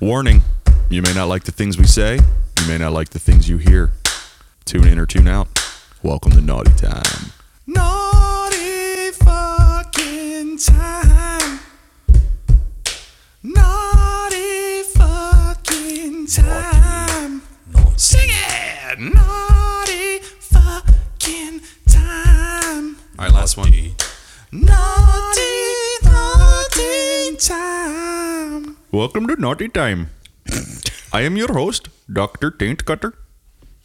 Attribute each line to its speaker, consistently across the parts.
Speaker 1: Warning you may not like the things we say, you may not like the things you hear. Tune in or tune out. Welcome to Naughty Time. Naughty fucking time. Naughty fucking time. Sing it! Naughty fucking time. All right, last one. Naughty, naughty time. Welcome to Naughty Time. I am your host, Doctor Taint Cutter,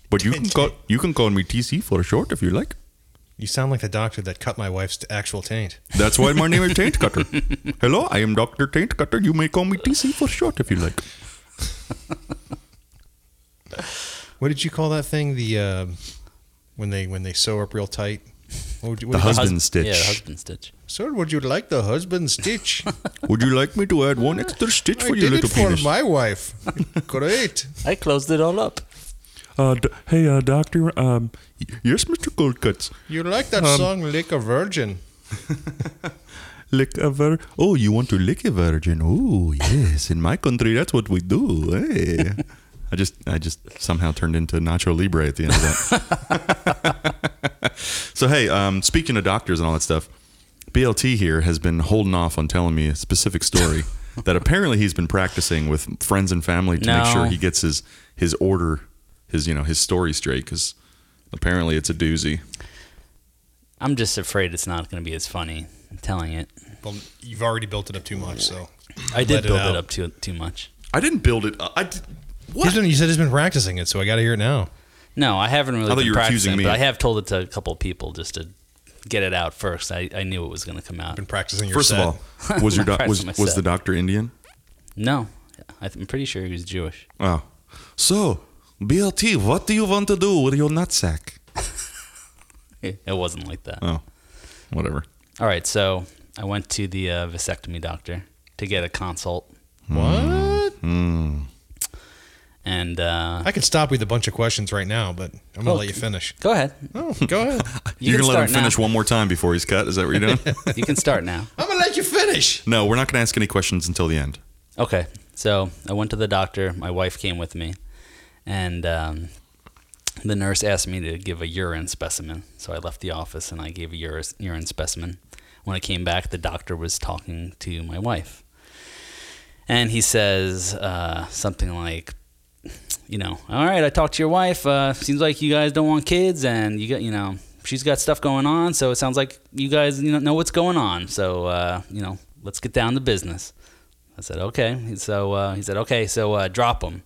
Speaker 1: but you can call you can call me TC for short if you like.
Speaker 2: You sound like the doctor that cut my wife's actual taint.
Speaker 1: That's why my name is Taint Cutter. Hello, I am Doctor Taint Cutter. You may call me TC for short if you like.
Speaker 2: What did you call that thing? The uh, when they when they sew up real tight. What would you, what
Speaker 1: The
Speaker 2: do you-
Speaker 1: husband
Speaker 3: Hus-
Speaker 1: stitch.
Speaker 3: Yeah, the husband stitch.
Speaker 2: Sir, would you like the husband stitch?
Speaker 1: Would you like me to add one extra stitch
Speaker 2: I
Speaker 1: for your
Speaker 2: did
Speaker 1: little
Speaker 2: it for
Speaker 1: penis?
Speaker 2: my wife. Great.
Speaker 3: I closed it all up.
Speaker 1: uh, d- hey, uh, Doctor. Um, y- yes, Mister Coldcuts.
Speaker 2: You like that song "Lick a Virgin"?
Speaker 1: Lick a vir- Oh, you want to lick a virgin? Oh, yes. In my country, that's what we do. Hey. I just, I just somehow turned into Nacho Libre at the end of that. so hey, um, speaking of doctors and all that stuff, BLT here has been holding off on telling me a specific story that apparently he's been practicing with friends and family to make sure
Speaker 3: No.
Speaker 1: he gets his his order, his you know his story straight because apparently it's a doozy.
Speaker 3: I'm just afraid it's not going to be as funny telling it.
Speaker 2: Well, you've already built it up too much, so.
Speaker 3: I
Speaker 2: it
Speaker 3: did build
Speaker 2: out.
Speaker 3: it up too too much.
Speaker 1: I didn't build it. up. I did,
Speaker 2: He's
Speaker 1: what?
Speaker 2: been, you said he's been practicing it, so I got to hear it now.
Speaker 3: No, I haven't really.
Speaker 1: thought
Speaker 3: been
Speaker 1: you were accusing
Speaker 3: practicing,
Speaker 1: me.
Speaker 3: But I have told it to a couple people just to get it out first. I, I knew it was going to come out.
Speaker 2: Been practicing your
Speaker 1: First
Speaker 2: set.
Speaker 1: of all, was your doc-
Speaker 3: Price
Speaker 1: was
Speaker 3: of my
Speaker 1: was
Speaker 3: set.
Speaker 1: the doctor Indian?
Speaker 3: No, I th- I'm pretty sure he was Jewish.
Speaker 1: Oh, so BLT, what do you want to do with your nutsack?
Speaker 3: It it wasn't like that.
Speaker 1: Oh, whatever.
Speaker 3: All right, so I went to the uh, vasectomy doctor to get a consult,
Speaker 1: Hmm.
Speaker 2: what?
Speaker 3: and uh,
Speaker 2: I could stop with a bunch of questions right now, but I'm gonna let you finish.
Speaker 3: go ahead.
Speaker 2: Oh, go ahead.
Speaker 3: You
Speaker 1: You are
Speaker 3: can
Speaker 1: gonna let him
Speaker 3: start now.
Speaker 1: finish one more time before he's cut. Is that what you're doing?
Speaker 3: You can start now.
Speaker 2: I'm gonna let you finish.
Speaker 1: no, we're not gonna ask any questions until the end.
Speaker 3: Okay, so I went to the doctor. My wife came with me, and um, the nurse asked me to give a urine specimen. So I left the office and I gave a ur- urine specimen. When I came back, the doctor was talking to my wife, and he says uh, something like, "You know, all right, I talked to your wife. Uh, seems like you guys don't want kids, and you got, you know." She's got stuff going on, so it sounds like you guys you know, know what's going on. So, uh, you know, let's get down to business. I said, okay. He- So uh, he said, okay, so uh, drop him.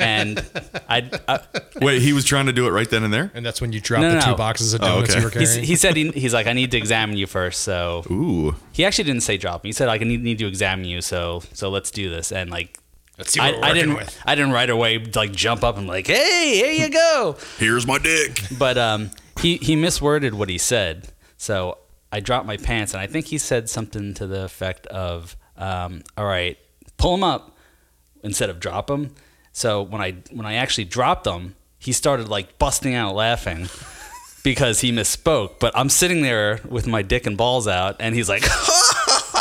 Speaker 3: and I, I
Speaker 1: Wait, he was trying to do it right then and there.
Speaker 2: And that's when you drop
Speaker 3: No,
Speaker 2: the
Speaker 3: no,
Speaker 2: two
Speaker 3: no.
Speaker 2: boxes of
Speaker 1: Oh,
Speaker 2: donuts
Speaker 1: okay.
Speaker 2: you were
Speaker 3: he's,
Speaker 2: carrying.
Speaker 3: he said, he, he's like, I need to examine you first. So
Speaker 1: Ooh,
Speaker 3: he actually didn't say drop him. He said, like, I need, need to examine you. So so let's do this. And like,
Speaker 2: Let's see what
Speaker 3: I,
Speaker 2: we're
Speaker 3: I
Speaker 2: working
Speaker 3: didn't
Speaker 2: with.
Speaker 3: I didn't right away like jump up and like, hey, here you go.
Speaker 1: here's my dick.
Speaker 3: but um, he he misworded what he said. So I dropped my pants, and I think he said something to the effect of, um, "All right, pull him up," instead of drop him. So when I when I actually dropped him, he started like busting out laughing. Because he misspoke, but I'm sitting there with my dick and balls out, and he's like,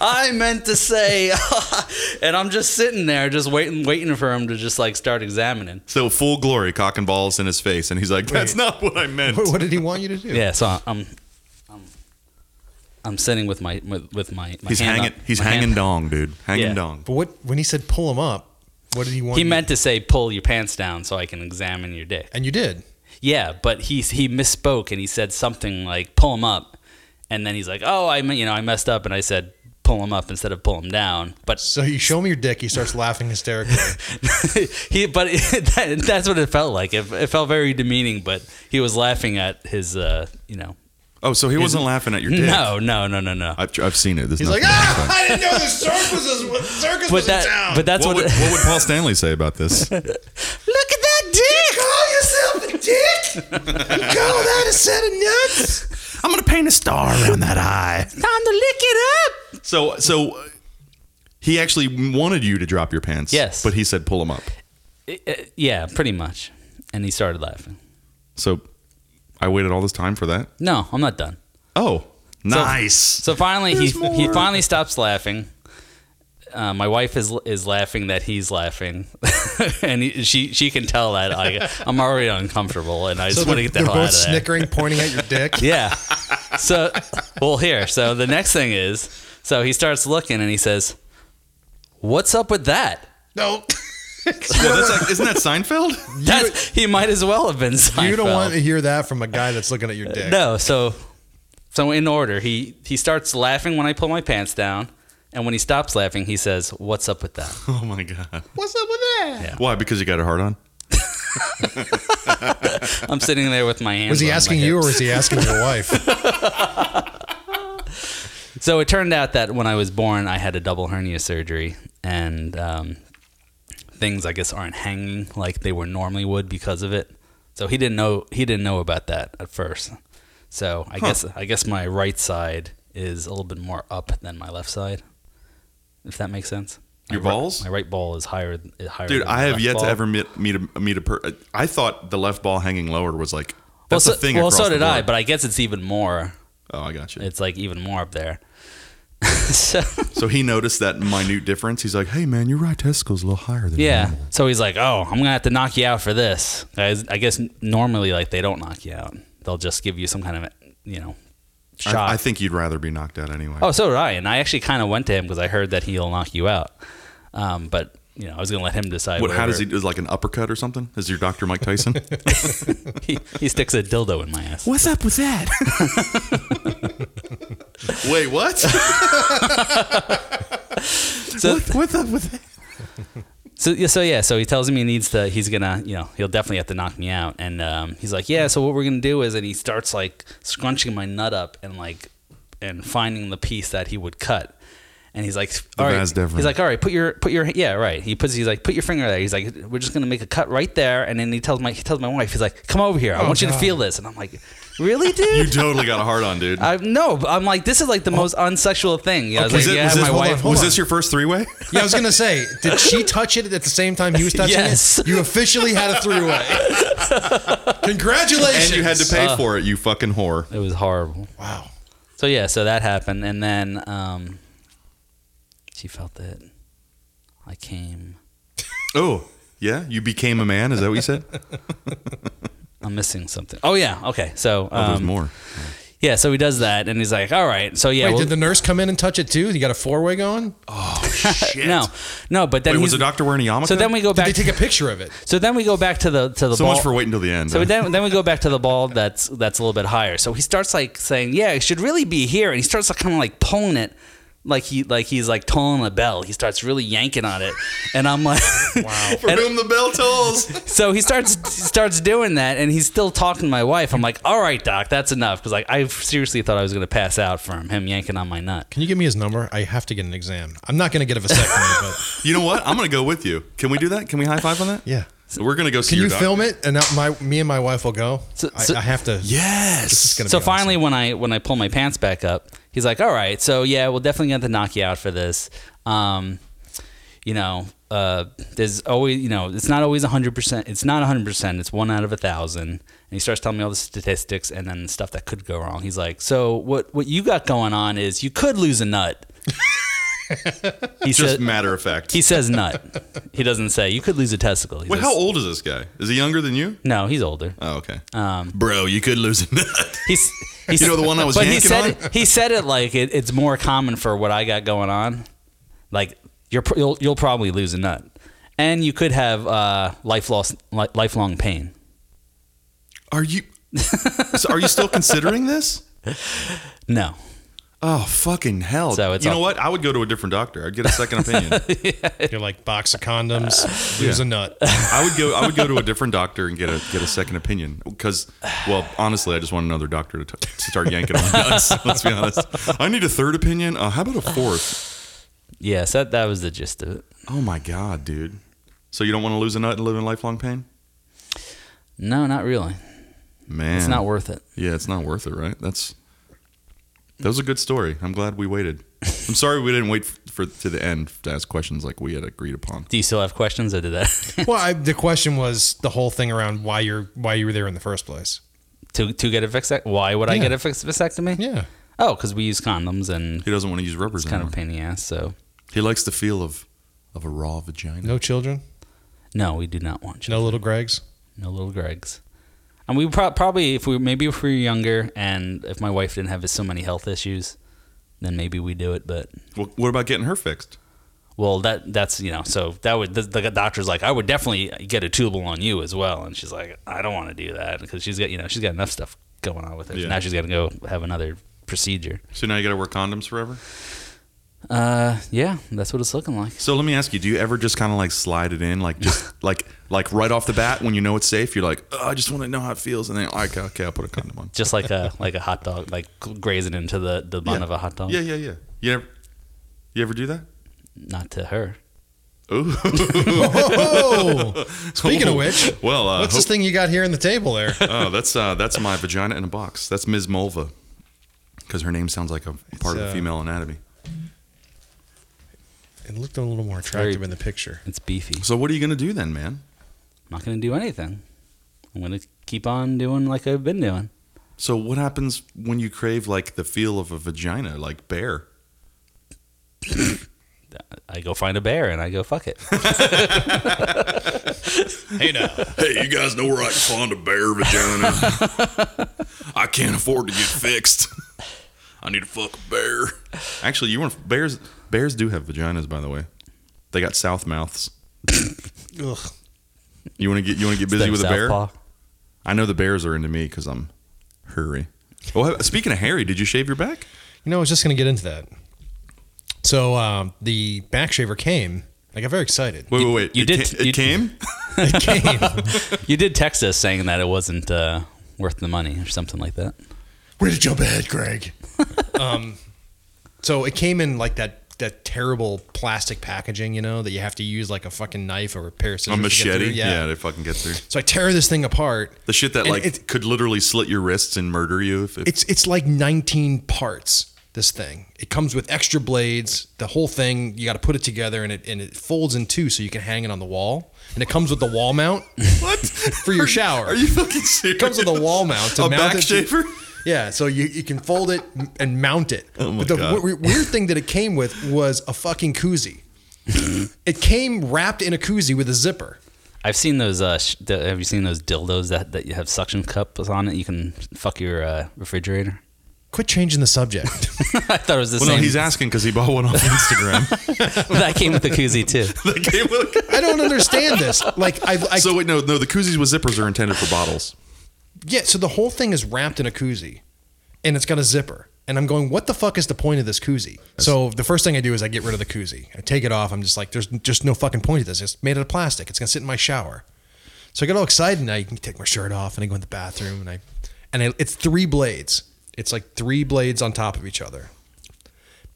Speaker 3: "I meant to say," and I'm just sitting there, just waiting, waiting for him to just like start examining.
Speaker 1: So full glory, cock and balls in his face, and he's like, "That's not what I meant."
Speaker 2: what, what did he want you to do?
Speaker 3: Yeah, so I'm, I'm, I'm sitting with my with, with my, my
Speaker 1: He's
Speaker 3: hand
Speaker 1: hanging.
Speaker 3: up-
Speaker 1: He's
Speaker 3: my hand-
Speaker 1: hanging dong, dude. Hanging
Speaker 3: Yeah.
Speaker 1: dong.
Speaker 2: But what when he said pull him up, what did he want?
Speaker 3: He
Speaker 2: you-
Speaker 3: meant to say pull your pants down so I can examine your dick.
Speaker 2: and you did.
Speaker 3: Yeah, but he he misspoke and he said something like pull him up, and then he's like, oh, I me- you know I messed up and I said pull him up instead of pull him down. But
Speaker 2: So you show him your dick. He starts laughing hysterically.
Speaker 3: he but that, that's what it felt like. It, it felt very demeaning, but he was laughing at his uh you know.
Speaker 1: Oh, so he wasn't laughing at your dick.
Speaker 3: No, no, no, no, no.
Speaker 1: I've, I've seen it. There's
Speaker 2: He's like,
Speaker 1: nothing else
Speaker 2: ah,
Speaker 1: fun.
Speaker 2: I didn't know the circus was circus
Speaker 3: But
Speaker 2: was in
Speaker 3: that,
Speaker 2: town.
Speaker 3: but that's
Speaker 1: what,
Speaker 3: what.
Speaker 1: would, what would Paul Stanley say about this?
Speaker 3: look at that dick!
Speaker 2: call yourself a dick? you call that a set of nuts?
Speaker 1: I'm gonna paint a star on that eye.
Speaker 3: Time to lick it up.
Speaker 1: So so uh, he actually wanted you to drop your pants.
Speaker 3: Yes.
Speaker 1: But he said pull them up.
Speaker 3: Uh, yeah, pretty much. And he started laughing.
Speaker 1: So I waited all this time for that.
Speaker 3: No, I'm not done.
Speaker 1: Oh, nice.
Speaker 3: So finally, he,
Speaker 1: There's
Speaker 3: he
Speaker 1: more.
Speaker 3: finally stops laughing. uh, my wife is is laughing that he's laughing, and he, she she can tell that I I'm already uncomfortable, and I just want
Speaker 2: they're,
Speaker 3: to get the
Speaker 2: they're
Speaker 3: hell
Speaker 2: both
Speaker 3: out of there.
Speaker 2: snickering, pointing at your dick.
Speaker 3: Yeah. So, well, here. So the next thing is, so he starts looking and he says, "What's up with that?"
Speaker 2: No,
Speaker 1: Well, that's like, isn't that Seinfeld?
Speaker 3: That's, he might as well have been. Seinfeld.
Speaker 2: you don't want to hear that from a guy that's looking at your dick.
Speaker 3: Uh, No. So, so in order, he he starts laughing when I pull my pants down, and when he stops laughing, he says, "What's up with that?"
Speaker 1: Oh my god.
Speaker 2: What's up with that?
Speaker 1: Why? Because you got a hard on?
Speaker 3: I'm sitting there with my hands.
Speaker 2: Was he
Speaker 3: on my
Speaker 2: asking you
Speaker 3: hips.
Speaker 2: or was he asking your wife?
Speaker 3: So it turned out that when I was born, I had a double hernia surgery, and um, things I guess aren't hanging like they were normally would because of it. So he didn't know he didn't know about that at first. So I guess I guess my right side is a little bit more up than my left side, if that makes sense.
Speaker 1: Your
Speaker 3: My right-
Speaker 1: balls?
Speaker 3: my right ball is higher. Is higher
Speaker 1: Dude,
Speaker 3: than
Speaker 1: I
Speaker 3: my
Speaker 1: have
Speaker 3: left
Speaker 1: yet
Speaker 3: ball.
Speaker 1: to ever meet meet a, meet a per. I thought the left ball hanging lower was like
Speaker 3: Well,
Speaker 1: that's
Speaker 3: so,
Speaker 1: a thing.
Speaker 3: well,
Speaker 1: across
Speaker 3: so
Speaker 1: the
Speaker 3: did I,
Speaker 1: board.
Speaker 3: but I guess it's even more.
Speaker 1: oh, I got you.
Speaker 3: It's like even more up there. so.
Speaker 1: So he noticed that minute difference. He's like, "Hey, man, your right testicle's a little higher than
Speaker 3: Yeah.
Speaker 1: normal."
Speaker 3: So he's like, "Oh, I'm gonna have to knock you out for this." I, I guess normally, like, they don't knock you out; they'll just give you some kind of, you know, shot.
Speaker 1: I, I think you'd rather be knocked out anyway.
Speaker 3: oh, so did I, and I actually kind of went to him because I heard that he'll knock you out. Um, but you know, I was gonna let him decide.
Speaker 1: what, how does he
Speaker 3: whatever-
Speaker 1: do? Like an uppercut or something? Is your doctor Mike Tyson?
Speaker 3: he? He sticks a dildo in my ass.
Speaker 1: What's up with that? Wait, what?
Speaker 3: So-
Speaker 1: what? What's up with that?
Speaker 3: So yeah, so yeah, so he tells me he needs to. He's gonna, you know, he'll definitely have to knock me out. And um, he's like, yeah. So what we're gonna do is, and he starts like scrunching my nut up and like, and finding the piece that he would cut. And he's like, all right.
Speaker 1: vas deferens.
Speaker 3: He's like, all right, put your put your yeah, right. He puts he's like, put your finger there. He's like, we're just gonna make a cut right there. And then he tells my he tells my wife, he's like, come over here. I want you to
Speaker 2: God.
Speaker 3: feel this. And I'm like, really, dude.
Speaker 1: You totally got a hard on, dude.
Speaker 3: I, no, but I'm like, this is like the most unsexual thing. Yeah, I was
Speaker 1: was
Speaker 3: like,
Speaker 1: Oh. it-
Speaker 3: yeah,
Speaker 1: was
Speaker 3: my
Speaker 1: this,
Speaker 2: hold
Speaker 3: wife.
Speaker 2: on, hold
Speaker 1: was
Speaker 2: on.
Speaker 1: this your first three way?
Speaker 2: Yeah, I was gonna say, did she touch it at the same time he was touching
Speaker 3: Yes.
Speaker 2: it? You officially had a three-way. Congratulations!
Speaker 1: And you had to pay for it, you fucking whore.
Speaker 3: It was horrible.
Speaker 2: Wow.
Speaker 3: So yeah, so that happened, and then um, she felt it. I came.
Speaker 1: Oh, yeah? You became a man? Is that what you said?
Speaker 3: I'm missing something. Oh yeah, okay. So
Speaker 1: Oh, there's
Speaker 3: um,
Speaker 1: more.
Speaker 3: yeah, so he does that, and he's like, "All right." So yeah,
Speaker 2: Wait,
Speaker 3: well-
Speaker 2: did the nurse come in and touch it too? You got a four-way going?
Speaker 1: Shit.
Speaker 3: no, no. But then
Speaker 1: Wait, was
Speaker 3: he's-
Speaker 1: the doctor wearing a yarmulke?
Speaker 3: so then we go
Speaker 2: Did
Speaker 3: back.
Speaker 2: they take a picture of it?
Speaker 3: so then we go back to the to the
Speaker 1: So
Speaker 3: ball.
Speaker 1: much for waiting till the end.
Speaker 3: so
Speaker 1: huh?
Speaker 3: then, then we go back to the ball that's that's a little bit higher. So he starts like saying, "Yeah, it should really be here," and he starts like, kind of like pulling it, like he like he's like tolling a bell. He starts really yanking on it, and I'm like,
Speaker 2: Wow.
Speaker 1: for whom the bell tolls.
Speaker 3: So he starts starts doing that, and he's still talking to my wife. I'm like, "All right, doc, that's enough," because like I seriously thought I was gonna pass out from him yanking on my nut.
Speaker 2: Can you give me his number? I have to get an exam. I'm not gonna get a vasectomy, but
Speaker 1: You know what? I'm gonna go with you. Can we do that? Can we high five on that?
Speaker 2: yeah.
Speaker 1: We're gonna go see
Speaker 2: Can
Speaker 1: your
Speaker 2: you
Speaker 1: doctor.
Speaker 2: film it? And now my me and my wife will go.
Speaker 3: So-
Speaker 2: I,
Speaker 3: so-
Speaker 2: I have to.
Speaker 1: Yes.
Speaker 2: This is gonna
Speaker 3: So
Speaker 2: be
Speaker 3: finally, when I when I pull my pants back up, he's like, "All right, so yeah, we'll definitely get to knock you out for this." Um, you know, uh, there's always you know, it's not always hundred percent. It's not hundred percent. It's one out of a thousand. And he starts telling me all the statistics and then stuff that could go wrong. He's like, "So what what you got going on is you could lose a nut." he
Speaker 1: Just
Speaker 3: said,
Speaker 1: matter of fact.
Speaker 3: He says nut. he doesn't say you could lose a testicle. He
Speaker 1: Wait,
Speaker 3: says-
Speaker 1: how old is this guy? Is he younger than you?
Speaker 3: No, he's older.
Speaker 1: Oh, okay.
Speaker 3: Um,
Speaker 1: Bro, you could lose a nut.
Speaker 3: he's, he's
Speaker 1: You know the one I was
Speaker 3: But he
Speaker 1: yanking
Speaker 3: said
Speaker 1: on?
Speaker 3: it, he said it like it, it's more common for what I got going on. Like you're pr- you'll, you'll probably lose a nut, and you could have uh, life loss li- lifelong pain.
Speaker 1: Are you? so are you still considering this?
Speaker 3: No,
Speaker 1: Oh fucking hell!
Speaker 3: So it's
Speaker 1: you
Speaker 3: all-
Speaker 1: know what? I would go to a different doctor. I'd get a second opinion.
Speaker 2: You're like box of condoms. Lose
Speaker 1: Yeah.
Speaker 2: a nut.
Speaker 1: I would go. I would go to a different doctor and get a get a second opinion. Because, well, honestly, I just want another doctor to, t- to start yanking on nuts. Let's be honest. I need a third opinion. Uh, how about a fourth?
Speaker 3: yeah, so that, that was the gist of it.
Speaker 1: Oh my god, dude! So you don't want to lose a nut and live in lifelong pain?
Speaker 3: No, not really.
Speaker 1: Man,
Speaker 3: It's not worth it.
Speaker 1: Yeah, it's not worth it, right? That's that was a good story. I'm glad we waited. I'm sorry we didn't wait for to the end to ask questions like we had agreed upon.
Speaker 3: Do you still have questions, or did that
Speaker 2: well, I, the question was the whole thing around why you're why you were there in the first place.
Speaker 3: to to get a vasectomy? Why would I
Speaker 2: Yeah.
Speaker 3: get a vas- vasectomy?
Speaker 2: Yeah.
Speaker 3: Oh, because we use condoms and
Speaker 1: He doesn't want to use rubbers
Speaker 3: it's kind
Speaker 1: anymore.
Speaker 3: of a pain in the ass. So
Speaker 1: He likes the feel of of a raw vagina.
Speaker 2: No children?
Speaker 3: No, we do not want you.
Speaker 2: No little Gregs?
Speaker 3: No little Gregs. And we pro- probably, if we maybe if we were younger and if my wife didn't have so many health issues, then maybe we do it. But
Speaker 1: Well, what about getting her fixed?
Speaker 3: well, that that's you know, so that would the, the doctor's like, I would definitely get a tubal on you as well. And she's like, I don't want to do that because she's got you know she's got enough stuff going on with her.
Speaker 1: Yeah.
Speaker 3: Now she's got to go have another procedure.
Speaker 1: So now you got to wear condoms forever.
Speaker 3: Uh, yeah, that's what it's looking like.
Speaker 1: So let me ask you: Do you ever just kind of like slide it in, like just like like right off the bat when you know it's safe? You're like, oh, I just want to know how it feels, and then okay, okay, I'll put a condom on.
Speaker 3: Just like a like a hot dog, like grazing into the the bun
Speaker 1: Yeah.
Speaker 3: of a hot dog.
Speaker 1: Yeah, yeah, yeah. You ever you ever do that?
Speaker 3: Not to her.
Speaker 1: Ooh.
Speaker 2: Oh! Speaking of which,
Speaker 1: well, uh,
Speaker 2: what's this
Speaker 1: hope-
Speaker 2: thing you got here in the table there?
Speaker 1: oh, that's uh, that's my vagina in a box. That's Ms. Mulva, because her name sounds like a part of the
Speaker 2: uh,
Speaker 1: female anatomy.
Speaker 2: It looked a little more
Speaker 3: very-
Speaker 2: attractive in the picture.
Speaker 3: It's beefy.
Speaker 1: So what are you gonna do then, man?
Speaker 3: I'm not gonna do anything. I'm gonna keep on doing like I've been doing.
Speaker 1: So what happens when you crave like the feel of a vagina, like bear?
Speaker 3: I go find a bear and I go fuck it.
Speaker 2: Hey now.
Speaker 1: Hey, you guys know where I can find a bear vagina. I can't afford to get fixed. I need to fuck a bear. Actually, you want bears? Bears do have vaginas, by the way. They got south mouths.
Speaker 2: Ugh.
Speaker 1: You want to get you want to get busy with a bear?
Speaker 3: Southpaw.
Speaker 1: I know the bears are into me because I'm hairy. Well, speaking of hairy, did you shave your back?
Speaker 2: You know, I was just going to get into that. So um, the back shaver came. I got very excited.
Speaker 1: Wait, wait, wait.
Speaker 3: you
Speaker 1: it
Speaker 3: did-
Speaker 1: Ca- it
Speaker 3: you-
Speaker 1: came.
Speaker 2: It came.
Speaker 3: You did text us saying that it wasn't uh, worth the money or something like that.
Speaker 2: Where did your bed, Greg? um, so it came in like that that terrible plastic packaging, you know, that you have to use like a fucking knife or a pair of
Speaker 1: A
Speaker 2: scissors. to get
Speaker 1: machete.
Speaker 2: through.
Speaker 1: Yeah. they fucking get through.
Speaker 2: So I tear this thing apart.
Speaker 1: The shit that
Speaker 2: And
Speaker 1: like
Speaker 2: it-
Speaker 1: could literally slit your wrists and murder you if, if
Speaker 2: It's it's like 19 parts. This thing. It comes with extra blades. The whole thing you got to put it together, and it and it folds in two so you can hang it on the wall. And it comes with the wall mount.
Speaker 1: what
Speaker 2: For your shower.
Speaker 1: Are you fucking serious?
Speaker 2: comes with a wall mount to
Speaker 1: a
Speaker 2: mount
Speaker 1: back
Speaker 2: it to-
Speaker 1: shaver.
Speaker 2: Yeah, so you, you can fold it and mount it.
Speaker 1: Oh my
Speaker 2: but the
Speaker 1: God.
Speaker 2: w- weird thing that it came with was a fucking koozie. it came wrapped in a koozie with a zipper.
Speaker 3: I've seen those. Uh, sh- the, have you seen those dildos that that you have suction cups on it? You can fuck your uh, refrigerator.
Speaker 2: Quit changing the subject.
Speaker 3: I thought it was the
Speaker 1: Well, no,
Speaker 3: same.
Speaker 1: he's asking because he bought one on Instagram.
Speaker 3: that came with the koozie too.
Speaker 1: They came with a-
Speaker 2: I don't understand this. Like I, I
Speaker 1: so wait, no, no. The koozies with zippers are intended for bottles.
Speaker 2: yeah. So the whole thing is wrapped in a koozie, and it's got a zipper. And I'm going, what the fuck is the point of this koozie? so the first thing I do is I get rid of the koozie. I take it off. I'm just like, there's just no fucking point to this. It's made out of plastic. It's gonna sit in my shower. So I get all excited and I take my shirt off and I go in the bathroom and I, and I, it's three blades. It's like three blades on top of each other,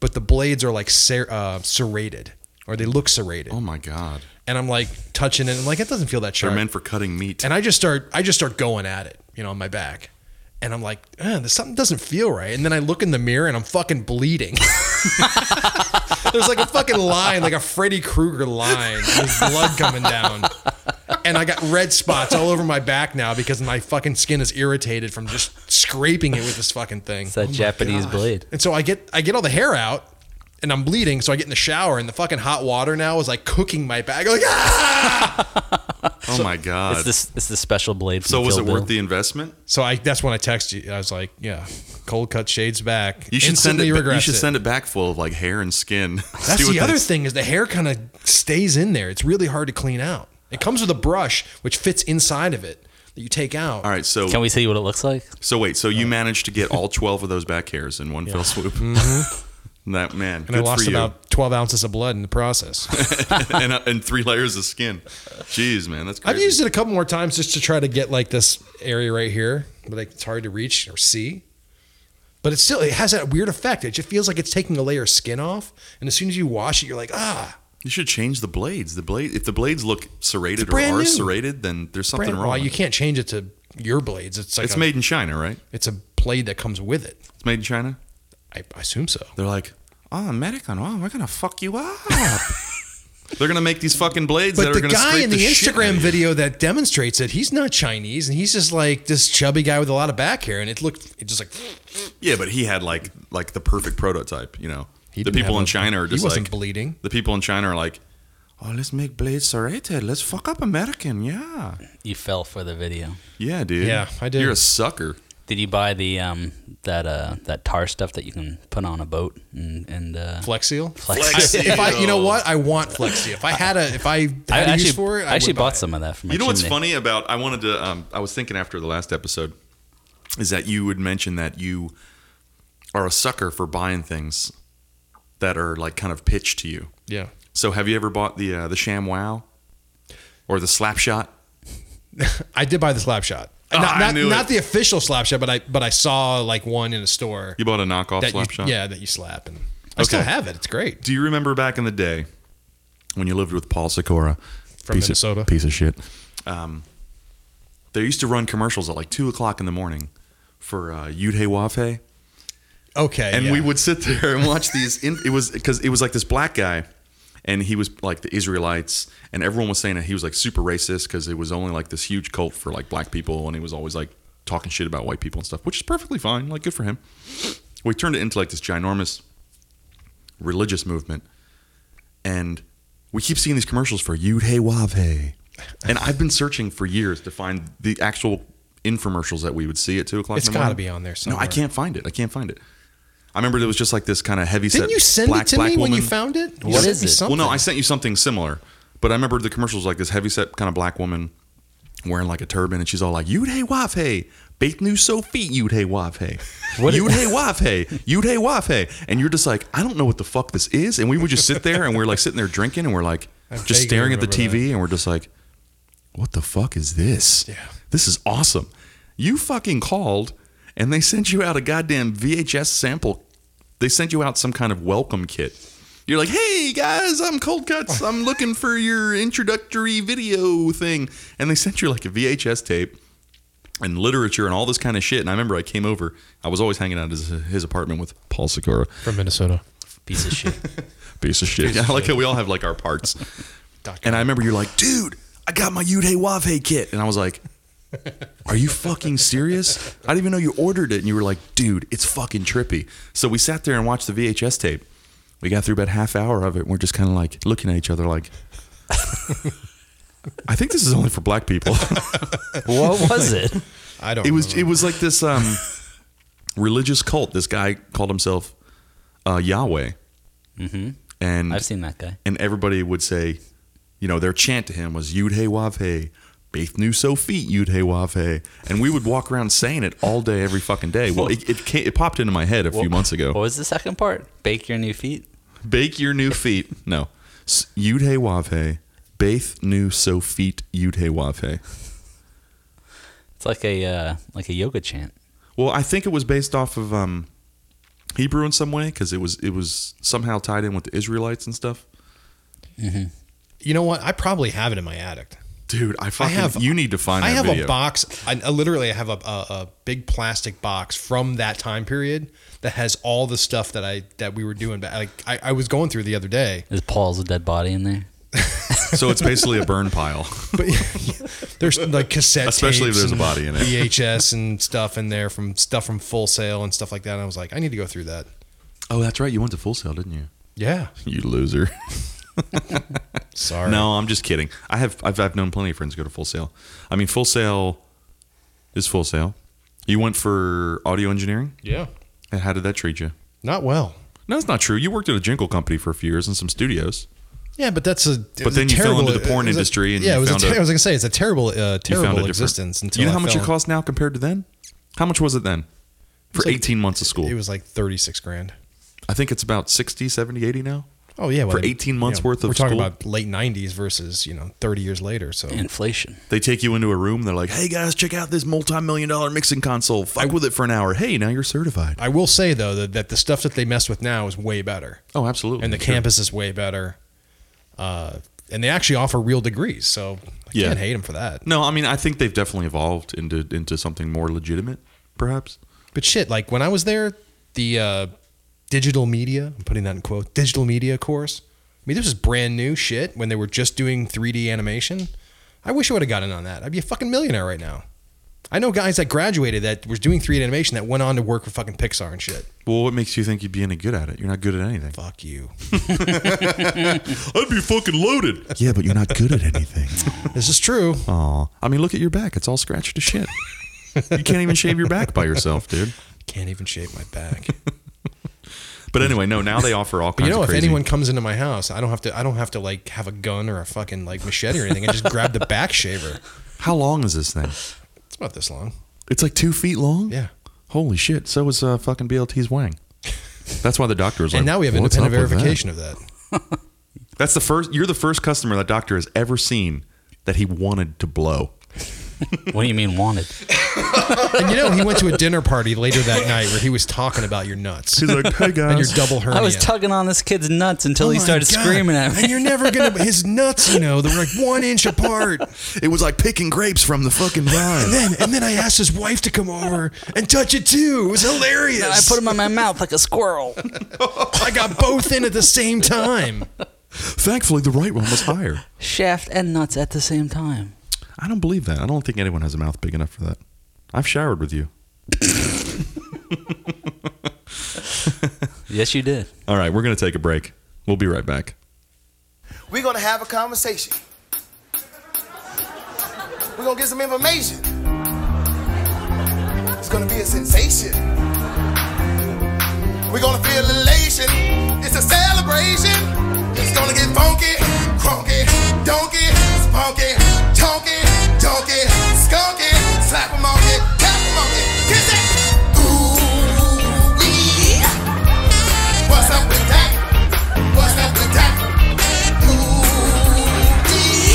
Speaker 2: but the blades are like ser- uh, serrated or they look serrated.
Speaker 1: Oh my god,
Speaker 2: And I'm like touching it. I'm like, it doesn't feel that
Speaker 1: they're
Speaker 2: sharp.
Speaker 1: meant for cutting meat.
Speaker 2: And I just start I just start going at it, you know, on my back. And I'm like, eh, there's something doesn't feel right. And then I look in the mirror and I'm fucking bleeding. there's like a fucking line, like a Freddy Krueger line. There's blood coming down. And I got red spots all over my back now because my fucking skin is irritated from just scraping it with this fucking thing.
Speaker 3: It's that Japanese
Speaker 1: gosh.
Speaker 3: blade.
Speaker 2: And so I get I get all the hair out and I'm bleeding, so I get in the shower and the fucking hot water now is like cooking my back. I'm like, ah!
Speaker 1: oh my god.
Speaker 3: It's this. It's the special blade. From
Speaker 1: so was
Speaker 3: Kill
Speaker 1: it worth
Speaker 3: Bill.
Speaker 1: the investment?
Speaker 2: So I that's when I texted you. I was like, yeah, cold cut shades back.
Speaker 1: You should
Speaker 2: Instantly
Speaker 1: send it. ba- You
Speaker 2: regressed
Speaker 1: should send it back full of like hair and skin. See
Speaker 2: That's
Speaker 1: what
Speaker 2: the other
Speaker 1: they-
Speaker 2: thing is the hair kind of stays in there. It's really hard to clean out. It comes with a brush which fits inside of it that you take out.
Speaker 1: All right, so
Speaker 3: Can we see what it looks like?
Speaker 1: so wait, so you managed to get all twelve of those back hairs in one fell swoop. That man,
Speaker 2: Mm-hmm. And I lost about 12 ounces of blood in the process.
Speaker 1: and, uh, and three layers of skin. Jeez, man, that's crazy.
Speaker 2: I've used it a couple more times just to try to get like this area right here, but like it's hard to reach or see. But it still it has that weird effect. It just feels like it's taking a layer of skin off, and as soon as you wash it, you're like, ah,
Speaker 1: You should change the blades. The blade, if the blades look serrated
Speaker 2: It's
Speaker 1: or
Speaker 2: brand
Speaker 1: are
Speaker 2: new.
Speaker 1: serrated, then there's something
Speaker 2: brand-
Speaker 1: wrong.
Speaker 2: well, you can't change it to your blades. It's like
Speaker 1: it's
Speaker 2: a-
Speaker 1: made in China, right?
Speaker 2: It's a blade that comes with it.
Speaker 1: It's made in China.
Speaker 2: I I assume so.
Speaker 1: They're like,
Speaker 2: "Ah,
Speaker 1: oh, American, wow, we're gonna fuck you up. They're gonna make these fucking blades that
Speaker 2: But
Speaker 1: are
Speaker 2: the
Speaker 1: gonna
Speaker 2: guy
Speaker 1: scrape
Speaker 2: in the,
Speaker 1: shit out
Speaker 2: Instagram
Speaker 1: of you.
Speaker 2: video that demonstrates it, he's not Chinese, and he's just like this chubby guy with a lot of back hair, and it looked it just like
Speaker 1: Yeah, but he had like like the perfect prototype. You know,
Speaker 2: He
Speaker 1: The
Speaker 2: didn't
Speaker 1: people
Speaker 2: have
Speaker 1: in
Speaker 2: a-
Speaker 1: China are just
Speaker 2: he wasn't
Speaker 1: like-
Speaker 2: bleeding.
Speaker 1: The people in China are like, oh, let's make Blades serrated. Let's fuck up American. Yeah.
Speaker 3: You fell for the video.
Speaker 1: Yeah, dude.
Speaker 2: Yeah, I did.
Speaker 1: You're a sucker.
Speaker 3: Did you buy the um that uh that tar stuff that you can put on a boat and and uh,
Speaker 2: Flex Seal.
Speaker 3: flex?
Speaker 1: Flex
Speaker 2: I- if I, you know
Speaker 1: Seal.
Speaker 2: what, I want Flex Seal. If I had a, if I had
Speaker 3: I
Speaker 2: a
Speaker 3: actually,
Speaker 2: use for it, I,
Speaker 3: I actually
Speaker 2: would buy
Speaker 3: bought
Speaker 2: it.
Speaker 3: some of that for my
Speaker 1: You know what's
Speaker 3: chimney.
Speaker 1: funny about I wanted to um, I was thinking after the last episode is that you would mention that you are a sucker for buying things that are like kind of pitched to you.
Speaker 2: Yeah.
Speaker 1: So have you ever bought the uh, the Sham Wow or the Slap Shot?
Speaker 2: I did buy the slap shot.
Speaker 1: Ah,
Speaker 2: not
Speaker 1: I
Speaker 2: not,
Speaker 1: knew
Speaker 2: not
Speaker 1: it.
Speaker 2: the official slap shot, but I but I saw like one in a store
Speaker 1: You bought a knockoff
Speaker 2: that
Speaker 1: Slap
Speaker 2: you,
Speaker 1: Shot?
Speaker 2: yeah, that you slap and I still
Speaker 1: Okay.
Speaker 2: have it. It's great.
Speaker 1: Do you remember back in the day when you lived with Paul Sikora
Speaker 2: From
Speaker 1: piece
Speaker 2: Minnesota.
Speaker 1: Of, piece of shit. Um, they used to run commercials at like two o'clock in the morning for uh, Yudhe Wafe.
Speaker 2: Okay.
Speaker 1: and
Speaker 2: yeah.
Speaker 1: we would sit there and watch these. In, it was because it was like this black guy, and he was like the Israelites, and everyone was saying that he was like super racist because it was only like this huge cult for like black people, and he was always like talking shit about white people and stuff, which is perfectly fine. Like, good for him. We turned it into like this ginormous religious movement, and we keep seeing these commercials for Yud Hey Wav Hey, and I've been searching for years to find the actual infomercials that we would see at two o'clock.
Speaker 2: It's
Speaker 1: in the
Speaker 2: gotta
Speaker 1: morning.
Speaker 2: be on there
Speaker 1: No, I
Speaker 2: somewhere.
Speaker 1: can't find it. I can't find it. I remember there was just like this kind of heavy
Speaker 2: Didn't
Speaker 1: set
Speaker 2: you send
Speaker 1: black,
Speaker 2: it to
Speaker 1: black
Speaker 2: me
Speaker 1: woman.
Speaker 2: when you found it? You
Speaker 3: What
Speaker 2: sent
Speaker 3: is
Speaker 2: me
Speaker 3: it?
Speaker 2: Something.
Speaker 1: Well, no, I sent you something similar, but I remember the commercials like this heavy set kind of black woman wearing like a turban, and she's all like, "You'd hey waf hey, bait new Sophie, you'd hey waf hey, you'd hey waf hey, you'd hey waf hey," and you're just like, I don't know what the fuck this is, and we would just sit there and we're like sitting there drinking, and we're like
Speaker 2: I
Speaker 1: just
Speaker 2: vaguely
Speaker 1: staring at the
Speaker 2: remember
Speaker 1: TV, and we're just like, what the fuck is this?
Speaker 2: Yeah.
Speaker 1: This is awesome. You fucking called and they sent you out a goddamn VHS sample. They sent you out some kind of welcome kit. You're like, hey guys, I'm Cold Cuts. I'm looking for your introductory video thing. And they sent you like a VHS tape and literature and all this kind of shit. And I remember I came over, I was always hanging out at his, his apartment with Paul Sakura.
Speaker 2: from Minnesota.
Speaker 3: piece of shit.
Speaker 1: Piece of shit. I like how we all have like our parts.
Speaker 2: Dot com.
Speaker 1: And I remember you're like, dude, I got my Uday Wave kit. And I was like, are you fucking serious? I didn't even know you ordered it. And you were like, dude, it's fucking trippy. So we sat there and watched the VHS tape. We got through about half hour of it. And we're just kind of like looking at each other like, I think this is only for black people.
Speaker 3: what was it?
Speaker 2: I don't.
Speaker 1: it was
Speaker 2: remember.
Speaker 1: it was like this um, religious cult. This guy called himself uh, Yahweh.
Speaker 3: Mm-hmm.
Speaker 1: And
Speaker 3: I've seen that guy.
Speaker 1: and everybody would say, you know, their chant to him was Yud Hey Wav Hey, Beth Nu Sophie Yud Hey Wav Hey, and we would walk around saying it all day, every fucking day. Well, it it, came, it popped into my head a few months
Speaker 3: What
Speaker 1: ago.
Speaker 3: was the second part? Bake your new feet.
Speaker 1: Bake your new feet. No, S- Yud Hey Wav Hey, Beth Nu Sophie Yud Hey Wav Hey.
Speaker 3: It's like a uh, like a yoga chant.
Speaker 1: Well, I think it was based off of um, Hebrew in some way because it was it was somehow tied in with the Israelites and stuff.
Speaker 2: You know what? I probably have it in my attic.
Speaker 1: Dude, I fucking
Speaker 2: have-
Speaker 1: you need to find.
Speaker 2: I
Speaker 1: that
Speaker 2: have
Speaker 1: video.
Speaker 2: a box. I, I literally have a, a, a big plastic box from that time period that has all the stuff that I that we were doing. But like I, I was going through the other day.
Speaker 3: Is Paul's dead body in there?
Speaker 1: So it's basically a burn pile.
Speaker 2: But there's like cassette,
Speaker 1: Especially if
Speaker 2: tapes
Speaker 1: there's a
Speaker 2: and
Speaker 1: body in it.
Speaker 2: VHS and stuff in there from stuff from Full Sail and stuff like that. And I was like, I need to go through that.
Speaker 1: Oh, that's right. You went to Full Sail, didn't you?
Speaker 2: Yeah,
Speaker 1: You loser.
Speaker 2: sorry.
Speaker 1: No, I'm just kidding. I have I've, I've known plenty of friends who go to Full Sail. I mean, Full Sail is Full Sail. You went for audio engineering,
Speaker 2: Yeah,
Speaker 1: and how did that treat you?
Speaker 2: not well.
Speaker 1: No, it's not true. You worked at a jingle company for a few years in some studios.
Speaker 2: Yeah, but that's a.
Speaker 1: But then you fell into the porn industry and
Speaker 2: yeah,
Speaker 1: you
Speaker 2: it was.
Speaker 1: found
Speaker 2: a,
Speaker 1: a-
Speaker 2: ter- I was gonna say it's a terrible, uh,
Speaker 1: You found a
Speaker 2: terrible
Speaker 1: different-
Speaker 2: existence. Until
Speaker 1: you know
Speaker 2: I
Speaker 1: how much
Speaker 2: fell
Speaker 1: it
Speaker 2: in-
Speaker 1: costs now compared to then. How much was it then? For
Speaker 2: like-
Speaker 1: 18 months of school.
Speaker 2: It was like thirty six grand.
Speaker 1: I think it's about 60, 70, 80 now.
Speaker 2: Oh yeah, well,
Speaker 1: For
Speaker 2: I mean,
Speaker 1: 18 months
Speaker 2: you
Speaker 1: worth of
Speaker 2: We're talking
Speaker 1: school?
Speaker 2: about late '90s versus you know 30 years later. So
Speaker 3: Inflation.
Speaker 1: They take you into a room. They're like, hey, guys, check out this multi-million dollar mixing console. Fuck with it for an hour. Hey, now you're certified.
Speaker 2: I will say though that, that the stuff that they mess with now is way better,
Speaker 1: Oh, absolutely.
Speaker 2: and the
Speaker 1: Sure.
Speaker 2: campus is way better, uh, and they actually offer real degrees. So I
Speaker 1: Yeah.
Speaker 2: can't hate them for that.
Speaker 1: No, I mean I think they've definitely evolved into into something more legitimate, perhaps.
Speaker 2: But shit, like when I was there, the uh, digital media, I'm putting that in quote, digital media course. I mean, this is brand new shit when they were just doing 3D animation. I wish I would have gotten on that. I'd be a fucking millionaire right now. I know guys that graduated that was doing 3D animation that went on to work for fucking Pixar and shit.
Speaker 1: Well, what makes you think you'd be any good at it? You're not good at anything.
Speaker 2: Fuck you.
Speaker 1: I'd be fucking loaded. Yeah, but you're not good at anything.
Speaker 2: this is true.
Speaker 1: Aw. I mean, look at your back. It's all scratched to shit. you can't even shave your back by yourself, dude.
Speaker 2: Can't even shave my back.
Speaker 1: But anyway, no, now they offer all
Speaker 2: But
Speaker 1: kinds
Speaker 2: you know,
Speaker 1: of
Speaker 2: if
Speaker 1: crazy.
Speaker 2: anyone comes into my house, I don't have to. I don't have to like have a gun or a fucking like machete or anything. I just grab the back shaver.
Speaker 1: How long is this thing?
Speaker 2: It's about this long.
Speaker 1: It's like two feet long?
Speaker 2: Yeah.
Speaker 1: Holy shit. So is uh, fucking BLT's wang. That's why the doctor was like,
Speaker 2: And now we have
Speaker 1: "What's
Speaker 2: independent
Speaker 1: up with that?"
Speaker 2: verification of that.
Speaker 1: That's the first. You're the first customer that doctor has ever seen that he wanted to blow.
Speaker 3: What do you mean wanted?
Speaker 2: And you know, he went to a dinner party later that night where he was talking about your nuts
Speaker 1: He's like, "Hey
Speaker 2: and your
Speaker 1: guys,
Speaker 2: double hernia. Oh
Speaker 3: I was tugging on this kid's nuts until he
Speaker 2: my
Speaker 3: started
Speaker 2: God.
Speaker 3: screaming at me.
Speaker 2: And you're never gonna. His nuts, you know, they were like one inch apart.
Speaker 1: it was like picking grapes from the fucking
Speaker 2: And
Speaker 1: vine."
Speaker 2: then, and then I asked his wife to come over and touch it too. It was hilarious.
Speaker 3: I put him in my mouth like a squirrel.
Speaker 2: I got both in at the same time.
Speaker 1: Thankfully, the right one was higher.
Speaker 3: Shaft and nuts at the same time.
Speaker 1: I don't believe that. I don't think anyone has a mouth big enough for that. I've showered with you.
Speaker 3: Yes, you did.
Speaker 1: All right, we're gonna take a break. We'll be right back.
Speaker 4: We're gonna have a conversation. We're gonna get some information. It's gonna be a sensation. We're gonna feel elation. It's a celebration. It's gonna get funky, crunky, donkey, spunky, chunky, donkey, skunky, slap 'em on it, tap 'em on it, kiss it. Ooh, wee. What's up with that? What's up with that? Ooh,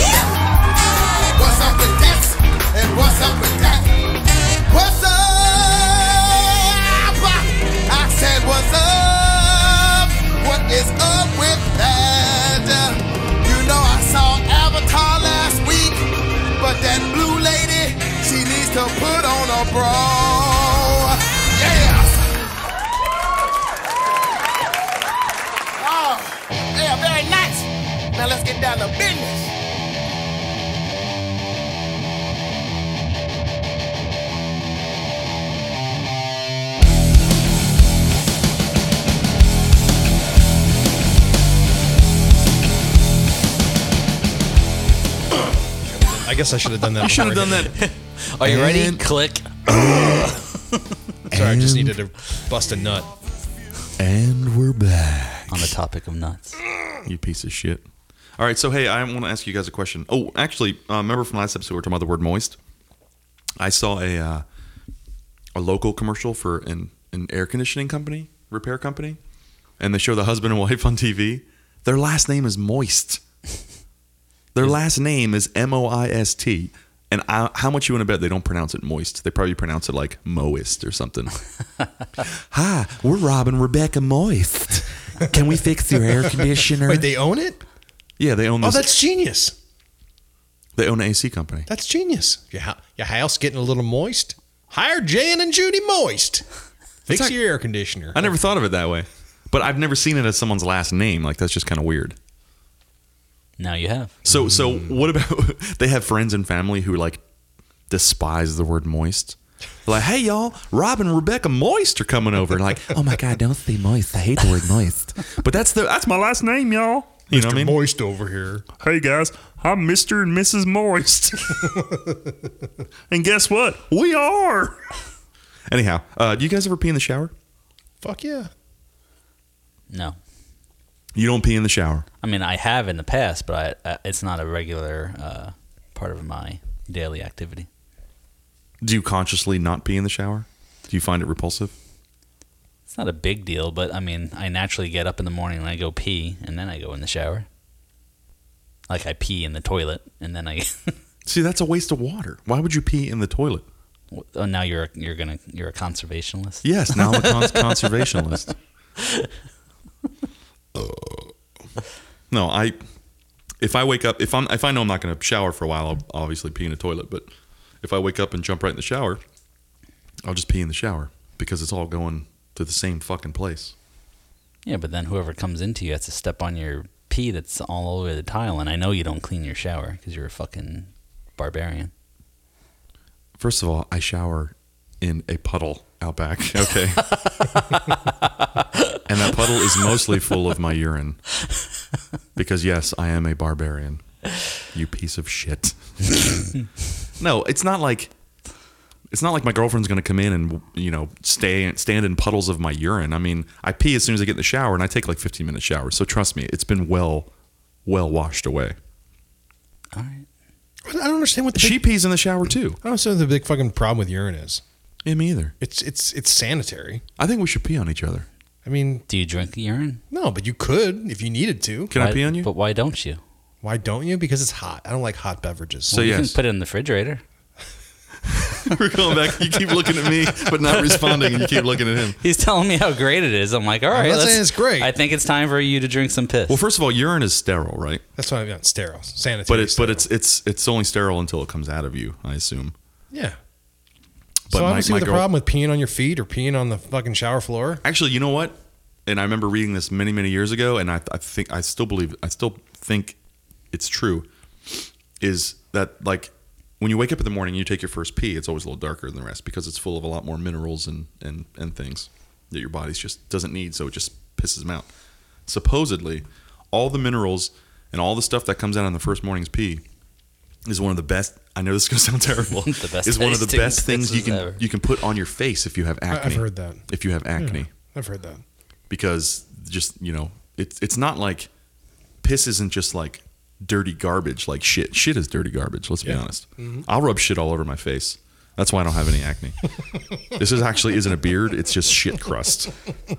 Speaker 4: yeah. What's up with that? And what's up with that? What's up? I said, what's up? What is up with that? You know, I saw Avatar last week, but that blue lady, she needs to put on a bra. Yeah. Oh, yeah, very nice. Now let's get down to business.
Speaker 2: I guess I should have done that. You should
Speaker 1: that.
Speaker 3: Are you ready?
Speaker 1: And-
Speaker 3: Click.
Speaker 2: Sorry, I just needed to bust a nut.
Speaker 1: And we're back.
Speaker 3: On the topic of nuts.
Speaker 1: You piece of shit. All right, so hey, I want to ask you guys a question. Oh, actually, uh, remember from last episode we were talking about the word moist? I saw a uh, a local commercial for an an air conditioning company, repair company, and they show the husband and wife on TV. Their last name is Moist. Their last name is M O I S T. And I, how much you want to bet they don't pronounce it moist? They probably pronounce it like moist or something. Hi, we're robbing Rebecca Moist. Can we fix your air conditioner?
Speaker 2: Wait, they own it?
Speaker 1: Yeah, they own
Speaker 2: Oh,
Speaker 1: this,
Speaker 2: that's genius.
Speaker 1: they own an AC company.
Speaker 2: That's genius. Your, hou- your house getting a little moist? Hire Jan and Judy Moist. Fix
Speaker 1: not-
Speaker 2: your air conditioner.
Speaker 1: I never thought of it that way, but I've never seen it as someone's last name. Like that's just kind of weird.
Speaker 3: Now you have.
Speaker 1: So so what about they have friends and family who like despise the word moist. They're like, hey y'all, Rob and Rebecca Moist are coming over. And like, oh my god, don't say moist. I hate the word moist. But that's the that's my last name, y'all. You know what I mean?
Speaker 2: Moist over here.
Speaker 1: Hey guys, I'm Mr. and Mrs. Moist. and guess what? We are. Anyhow, uh, do you guys ever pee in the shower?
Speaker 2: Fuck yeah.
Speaker 3: No.
Speaker 1: You don't pee in the shower.
Speaker 3: I mean, I have in the past, but I, I, it's not a regular uh, part of my daily activity.
Speaker 1: Do you consciously not pee in the shower? Do you find it repulsive?
Speaker 3: It's not a big deal, but I mean, I naturally get up in the morning and I go pee, and then I go in the shower. Like I pee in the toilet, and then I.
Speaker 1: See, that's a waste of water. Why would you pee in the toilet?
Speaker 3: oh, now you're you're gonna you're a conservationist.
Speaker 1: Yes, now I'm a cons- conservationist. No, I. If I wake up, if I'm, if I know I'm not going to shower for a while, I'll obviously pee in the toilet. But if I wake up and jump right in the shower, I'll just pee in the shower because it's all going to the same fucking place.
Speaker 3: Yeah, but then whoever comes into you has to step on your pee that's all over the tile, and I know you don't clean your shower because you're a fucking barbarian.
Speaker 1: First of all, I shower in a puddle out back. Okay. and that puddle is mostly full of my urine. Because, yes, I am a barbarian. You piece of shit. no, it's not like. It's not like my girlfriend's gonna come in and you know stay stand in puddles of my urine. I mean, I pee as soon as I get in the shower, and I take like 15 minute showers. So trust me, it's been well, well washed away.
Speaker 3: All right.
Speaker 2: I don't understand what the
Speaker 1: She
Speaker 2: big,
Speaker 1: pees in the shower too.
Speaker 2: I don't understand what the big fucking problem with urine is.
Speaker 1: Yeah, me either.
Speaker 2: It's it's it's sanitary.
Speaker 1: I think we should pee on each other.
Speaker 2: I mean,
Speaker 3: Do you drink urine?
Speaker 2: no, but you could if you needed to.
Speaker 1: Can I
Speaker 3: Why-
Speaker 1: pee on you?
Speaker 3: But why don't you?
Speaker 2: Why don't you? Because it's hot. I don't like hot beverages.
Speaker 1: So
Speaker 3: you
Speaker 1: yes,
Speaker 3: can put it in the refrigerator.
Speaker 1: we're going back. You keep looking at me, but not responding, and you keep looking at him.
Speaker 3: He's telling me how great it is. I'm like, all right,
Speaker 2: not
Speaker 3: let's-
Speaker 2: saying it's great.
Speaker 3: I think it's time for you to drink some piss.
Speaker 1: Well, first of all, urine is sterile, right?
Speaker 2: that's why I'm not sterile, sanitary.
Speaker 1: But it's but
Speaker 2: sterile.
Speaker 1: it's it's it's only sterile until it comes out of you, I assume.
Speaker 2: yeah.
Speaker 1: But
Speaker 2: so I
Speaker 1: my-
Speaker 2: don't see
Speaker 1: my
Speaker 2: the
Speaker 1: girl-
Speaker 2: problem with peeing on your feet or peeing on the fucking shower floor.
Speaker 1: Actually, you know what? And I remember reading this many many years ago, and I, I think I still believe I still think it's true. Is that like when you wake up in the morning, you take your first pee? It's always a little darker than the rest because it's full of a lot more minerals and and and things that your body's just doesn't need, so it just pisses them out. Supposedly, all the minerals and all the stuff that comes out on the first morning's pee is one of the best. I know this is going to sound terrible.
Speaker 3: The best
Speaker 1: is one of the
Speaker 3: tasting
Speaker 1: best things you
Speaker 3: pisses
Speaker 1: can
Speaker 3: ever.
Speaker 1: you can put on your face if you have acne.
Speaker 2: I've heard that.
Speaker 1: If you have acne
Speaker 2: I've heard that.
Speaker 1: because just you know it's it's not like piss isn't just like dirty garbage like shit shit is dirty garbage let's be
Speaker 2: Yeah.
Speaker 1: honest i'll rub shit all over my face that's why i don't have any acne this is actually isn't a beard it's just shit crust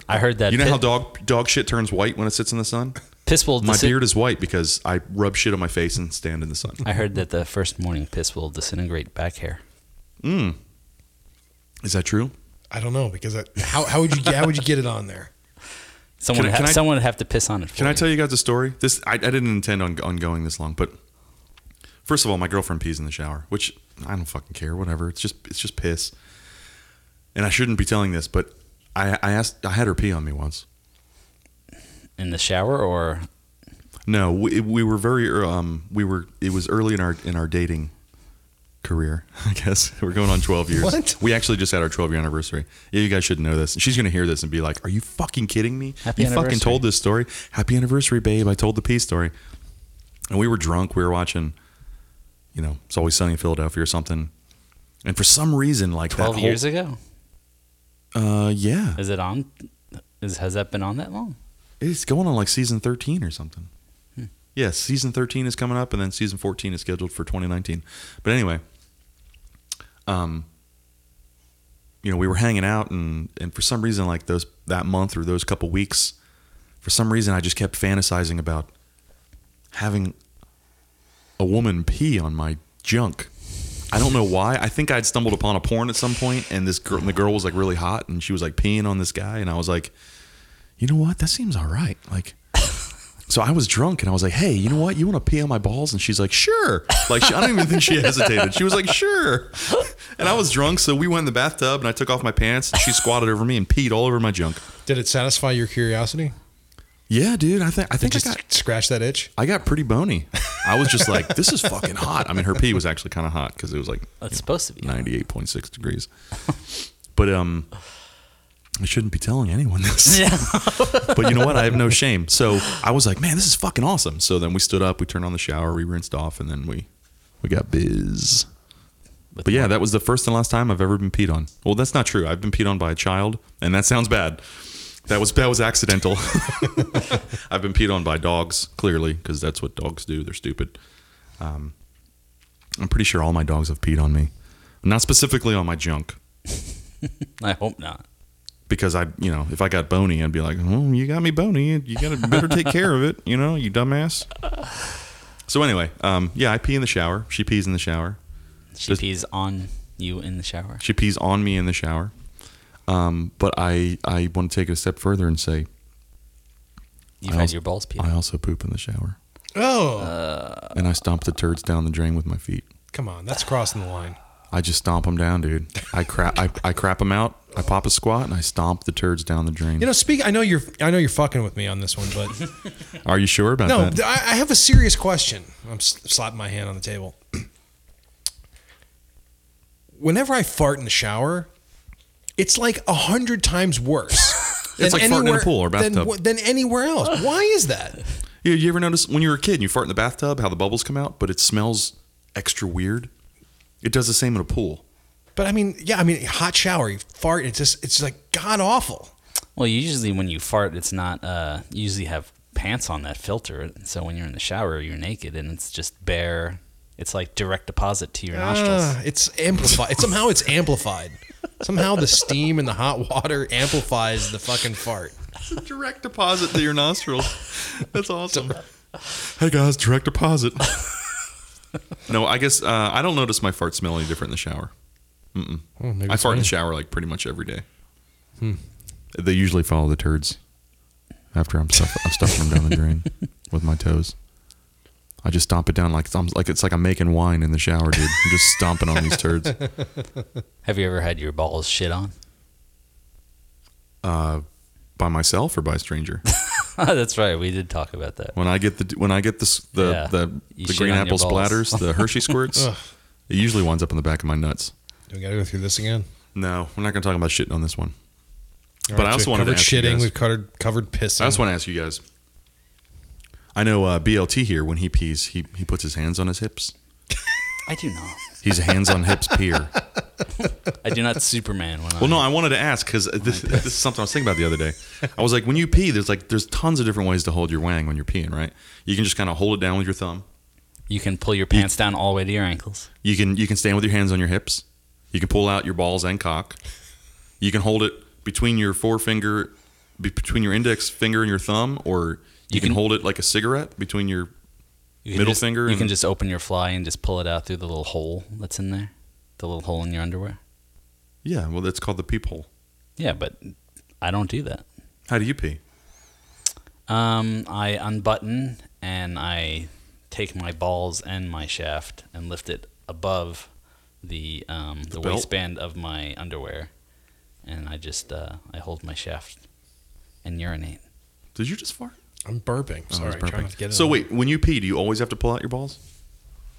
Speaker 3: I heard that
Speaker 1: you know
Speaker 3: pi-
Speaker 1: how dog dog shit turns white when it sits in the sun
Speaker 3: piss will
Speaker 1: my
Speaker 3: disin-
Speaker 1: beard is white because i rub shit on my face and stand in the sun
Speaker 3: I heard that the first morning piss will disintegrate back hair.
Speaker 1: is that true
Speaker 2: I don't know because I, how how would you get- how would you get it on there?
Speaker 3: Someone,
Speaker 1: Can I-
Speaker 3: ha-
Speaker 1: can I-
Speaker 3: someone would have to piss on it. For
Speaker 1: Can I
Speaker 3: you.
Speaker 1: tell you guys a story? This I, I didn't intend on, on going this long, but first of all, my girlfriend pees in the shower, which I don't fucking care. Whatever. It's just it's just piss. And I shouldn't be telling this, but I, I asked I had her pee on me once.
Speaker 3: in the shower or
Speaker 1: No, we, we were very um we were it was early in our in our dating career. I guess we're going on twelve years.
Speaker 2: What?
Speaker 1: We actually just had our twelve year anniversary. Yeah, you guys should know this. She's gonna hear this and be like, "Are you fucking kidding me?
Speaker 3: Happy
Speaker 1: you fucking
Speaker 3: anniversary."
Speaker 1: told this story. Happy anniversary, babe. I told the pee story." And we were drunk. We were watching, you know, it's always sunny in Philadelphia or something. And for some reason, like
Speaker 3: twelve
Speaker 1: that whole-
Speaker 3: years ago?
Speaker 1: uh, yeah,
Speaker 3: Is it on? Is has that been on that long?
Speaker 1: It's going on like season 13 or something. Yes, season 13 is coming up, and then season 14 is scheduled for 2019. But anyway, um, you know, we were hanging out, and and for some reason, like those that month or those couple weeks, for some reason, I just kept fantasizing about having a woman pee on my junk. I don't know why. I think I'd stumbled upon a porn at some point, and this girl, and the girl was like really hot, and she was like peeing on this guy, and I was like, you know what? That seems all right. Like, so I was drunk and I was like, hey, you know what? You want to pee on my balls? And she's like, sure. Like, she, I don't even think she hesitated. She was like, sure. And I was drunk. So we went in the bathtub and I took off my pants and she squatted over me and peed all over my junk.
Speaker 2: Did it satisfy your curiosity?
Speaker 1: Yeah, dude. I think, I think I
Speaker 2: Just
Speaker 1: got,
Speaker 2: scratch that itch.
Speaker 1: I got pretty bony. I was just like, this is fucking hot. I mean, her pee was actually kind of hot because it was like
Speaker 3: It's supposed to be.
Speaker 1: 98.6 degrees. But, um, I shouldn't be telling anyone this.
Speaker 3: Yeah.
Speaker 1: but you know what? I have no shame. So I was like, man, this is fucking awesome. So then we stood up, we turned on the shower, we rinsed off, and then we we got biz.
Speaker 3: With
Speaker 1: But yeah, that was the first and last time I've ever been peed on. Well, that's not true. I've been peed on by a child, and that sounds bad. That was that was accidental. I've been peed on by dogs, clearly, because that's what dogs do. They're stupid. Um, I'm pretty sure all my dogs have peed on me, not specifically on my junk,
Speaker 3: I hope not.
Speaker 1: because I, you know, if I got bony, I'd be like, "Oh, you got me bony. You gotta better take care of it, you know, you dumbass." So anyway, um, yeah, I pee in the shower. She pees in the shower.
Speaker 3: She
Speaker 1: Just-
Speaker 3: pees on you in the shower.
Speaker 1: She pees on me in the shower. Um, but I, I want to take it a step further and say
Speaker 3: You've
Speaker 1: I
Speaker 3: had
Speaker 1: also-
Speaker 3: your balls peed.
Speaker 1: I also poop in the shower,
Speaker 2: Oh,
Speaker 1: Uh, and I stomp the turds down the drain with my feet.
Speaker 2: come on, that's crossing the line.
Speaker 1: I just stomp them down, dude. I crap, I, I crap them out. I pop a squat and I stomp the turds down the drain.
Speaker 2: You know, speak. I know you're. I know you're fucking with me on this one, but
Speaker 1: Are you sure about
Speaker 2: no,
Speaker 1: that?
Speaker 2: I, I have a serious question. I'm s- slapping my hand on the table. whenever I fart in the shower, it's like a hundred times worse.
Speaker 1: It's like
Speaker 2: than
Speaker 1: farting in a
Speaker 2: anywhere-
Speaker 1: pool or
Speaker 2: than
Speaker 1: bathtub.
Speaker 2: wh- Than, anywhere else. Why is that?
Speaker 1: You, you ever notice when you were a kid and you fart in the bathtub how the bubbles come out, but it smells extra weird? It does the same in a pool.
Speaker 2: But I mean, yeah, I mean, hot shower, you fart, it's just, it's like god awful.
Speaker 3: Well, usually when you fart, it's not. Uh, you usually have pants on that filter, so when you're in the shower, you're naked, and it's just bare. It's like direct deposit to your nostrils.
Speaker 2: Ah, it's amplified. It's, somehow it's amplified. Somehow the steam and the hot water amplifies the fucking fart.
Speaker 1: Direct deposit to your nostrils. That's awesome. Hey guys, direct deposit. no, I guess uh, I don't notice my fart smell any different in the shower.
Speaker 2: Oh, maybe
Speaker 1: I
Speaker 2: it's
Speaker 1: fart in
Speaker 2: me.
Speaker 1: the shower like pretty much every day. They usually follow the turds after I'm stuff, I'm stuffing them down the drain with my toes. I just stomp it down like I'm like it's like I'm making wine in the shower, dude. I'm just stomping on these turds.
Speaker 3: Have you ever had your balls shit on?
Speaker 1: Uh, by myself or by a stranger?
Speaker 3: That's right. We did talk about that.
Speaker 1: When I get the when I get this the
Speaker 3: Yeah.
Speaker 1: the,
Speaker 3: You
Speaker 1: the
Speaker 3: shit
Speaker 1: green
Speaker 3: on your
Speaker 1: apple
Speaker 3: balls.
Speaker 1: splatters, the Hershey squirts,
Speaker 2: Ugh.
Speaker 1: it usually winds up in the back of my nuts.
Speaker 2: Do we got to go through this again?
Speaker 1: No, we're not going to talk about shitting on this one.
Speaker 2: All
Speaker 1: But I also
Speaker 2: so we've
Speaker 1: wanted to
Speaker 2: covered
Speaker 1: ask you
Speaker 2: shitting.
Speaker 1: guys-
Speaker 2: We've covered covered pissing.
Speaker 1: I just want to ask you guys. I know uh, BLT here. When he pees, he he puts his hands on his hips.
Speaker 3: I do not.
Speaker 1: He's a hands on hips peer.
Speaker 3: I do not Superman when I.
Speaker 1: Well, no, I wanted to ask because this, this is something I was thinking about the other day. I was like, when you pee, there's like there's tons of different ways to hold your wang when you're peeing, right? You can just kind of hold it down with your thumb.
Speaker 3: You can pull your pants down all the way to your ankles.
Speaker 1: You can you can stand with your hands on your hips. You can pull out your balls and cock. You can hold it between your forefinger, be, between your index finger and your thumb, or you,
Speaker 3: You
Speaker 1: can,
Speaker 3: can-
Speaker 1: hold it like a cigarette between your.
Speaker 3: You can
Speaker 1: Middle
Speaker 3: just-
Speaker 1: finger
Speaker 3: You
Speaker 1: and-
Speaker 3: can just open your fly and just pull it out through the little hole that's in there, the little hole in your underwear.
Speaker 1: Yeah, well, that's called the peephole.
Speaker 3: Yeah, but I don't do that.
Speaker 1: How do you pee?
Speaker 3: Um, I unbutton and I take my balls and my shaft and lift it above the um, the,
Speaker 1: belt?
Speaker 3: waistband of my underwear, and I just uh, I hold my shaft and urinate.
Speaker 1: Did you just fart?
Speaker 2: I'm burping.
Speaker 1: Oh, I
Speaker 2: Sorry,
Speaker 1: was
Speaker 2: I'm trying
Speaker 1: burping.
Speaker 2: not to get it.
Speaker 1: so
Speaker 2: on.
Speaker 1: wait, when you pee, do you always have to pull out your balls?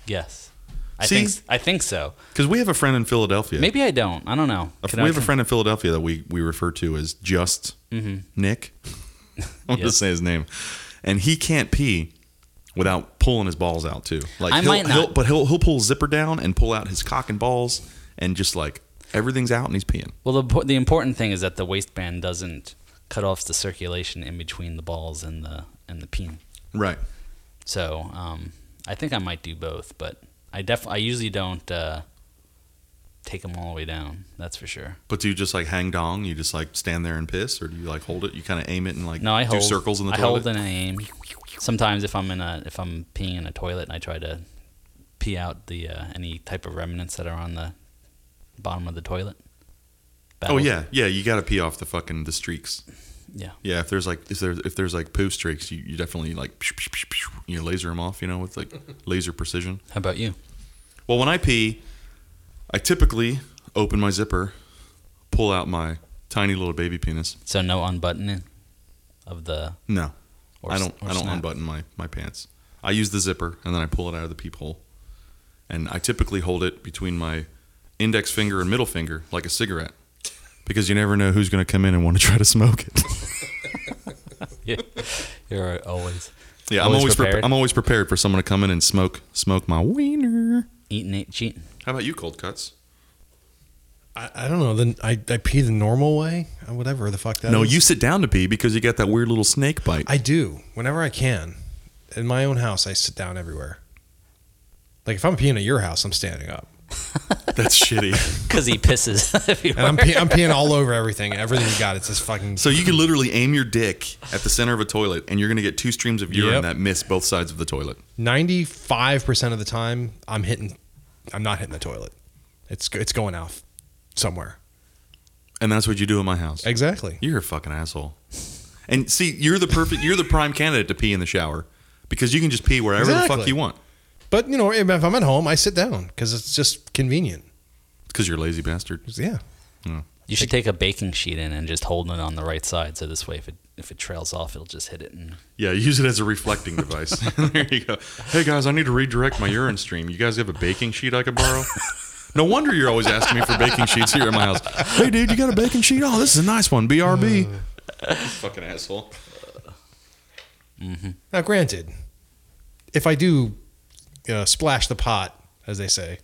Speaker 3: Yes, I
Speaker 1: See?
Speaker 3: think s- I think so.
Speaker 1: Because we have a friend in Philadelphia.
Speaker 3: Maybe I don't. I don't know.
Speaker 1: A-
Speaker 3: Could
Speaker 1: we
Speaker 3: I
Speaker 1: have a
Speaker 3: con- Mm-hmm.
Speaker 1: friend in Philadelphia that we we refer to as just Nick. I'm
Speaker 3: Yes.
Speaker 1: just say his name, and he can't pee without pulling his balls out too. Like
Speaker 3: I
Speaker 1: he'll,
Speaker 3: might not.
Speaker 1: he'll- but he'll he'll pull his zipper down and pull out his cock and balls, and just like everything's out, and he's peeing.
Speaker 3: Well, the po- the important thing is that the waistband doesn't cut off the circulation in between the balls and the and the peen.
Speaker 1: Right.
Speaker 3: So um, I think I might do both, but I def I usually don't uh, take them all the way down. That's for sure.
Speaker 1: But do you just like hang dong? You just like stand there and piss, or do you like hold it? You kind of aim it and like
Speaker 3: No, I
Speaker 1: do
Speaker 3: hold
Speaker 1: circles in the
Speaker 3: I
Speaker 1: toilet.
Speaker 3: hold and I aim. Sometimes if I'm in a if I'm peeing in a toilet and I try to pee out the uh, any type of remnants that are on the bottom of the toilet.
Speaker 1: Oh
Speaker 3: Battles-
Speaker 1: yeah, yeah. You got to pee off the fucking the streaks.
Speaker 3: yeah.
Speaker 1: Yeah, if there's like if there's if there's like poo streaks, you, you definitely like psh, psh, psh, psh, you laser them off, you know, with like laser precision.
Speaker 3: How about you?
Speaker 1: Well, when I pee, I typically open my zipper, pull out my tiny little baby penis.
Speaker 3: So no unbuttoning of the.
Speaker 1: No,
Speaker 3: Or
Speaker 1: I
Speaker 3: s-
Speaker 1: don't
Speaker 3: or
Speaker 1: I don't
Speaker 3: snap.
Speaker 1: unbutton my my pants. I use the zipper and then I pull it out of the peephole, and I typically hold it between my index finger and middle finger like a cigarette, because you never know who's going to come in and want to try to smoke it.
Speaker 3: Yeah. You're always
Speaker 1: Yeah, I'm
Speaker 3: Always
Speaker 1: always prepared.
Speaker 3: prepared.
Speaker 1: I'm always prepared for someone to come in and smoke smoke my wiener.
Speaker 3: eating, eating, cheating.
Speaker 1: How about you, cold cuts?
Speaker 2: I, I don't know. Then I, I pee the normal way, Uh, whatever the fuck that
Speaker 1: no,
Speaker 2: is.
Speaker 1: you sit down to pee because you got that weird little snake bite.
Speaker 2: I do whenever I can. In my own house, I sit down everywhere. Like if I'm peeing at your house, I'm standing up,
Speaker 1: That's shitty.
Speaker 3: Because he pisses
Speaker 2: and
Speaker 3: everywhere.
Speaker 2: I'm, pee- I'm peeing all over everything. Everything you got, it's just fucking.
Speaker 1: So you can literally aim your dick at the center of a toilet, and you're gonna get two streams of urine
Speaker 2: Yep.
Speaker 1: that miss both sides of the toilet.
Speaker 2: Ninety-five percent of the time, I'm hitting. I'm not hitting the toilet. It's go- it's going out somewhere.
Speaker 1: And that's what you do in my house.
Speaker 2: Exactly.
Speaker 1: You're a fucking asshole. And see, you're the perfect. You're the prime candidate to pee in the shower because you can just pee wherever the fuck
Speaker 2: Exactly.
Speaker 1: you want.
Speaker 2: But you know, if if I'm at home, I sit down because it's just convenient.
Speaker 1: Because you're a lazy bastard.
Speaker 2: Yeah.
Speaker 3: You should take a baking sheet in and just hold it on the right side, so this way, if it if it trails off, it'll just hit it. And
Speaker 1: Yeah, use it as a reflecting device. there you go. Hey guys, I need to redirect my urine stream. You guys have a baking sheet I could borrow? No wonder you're always asking me for baking sheets here at my house. Hey, dude, you got a baking sheet? Oh, this is a nice one. BRB. Fucking asshole.
Speaker 2: Now, granted, if I do uh, splash the pot, as they say,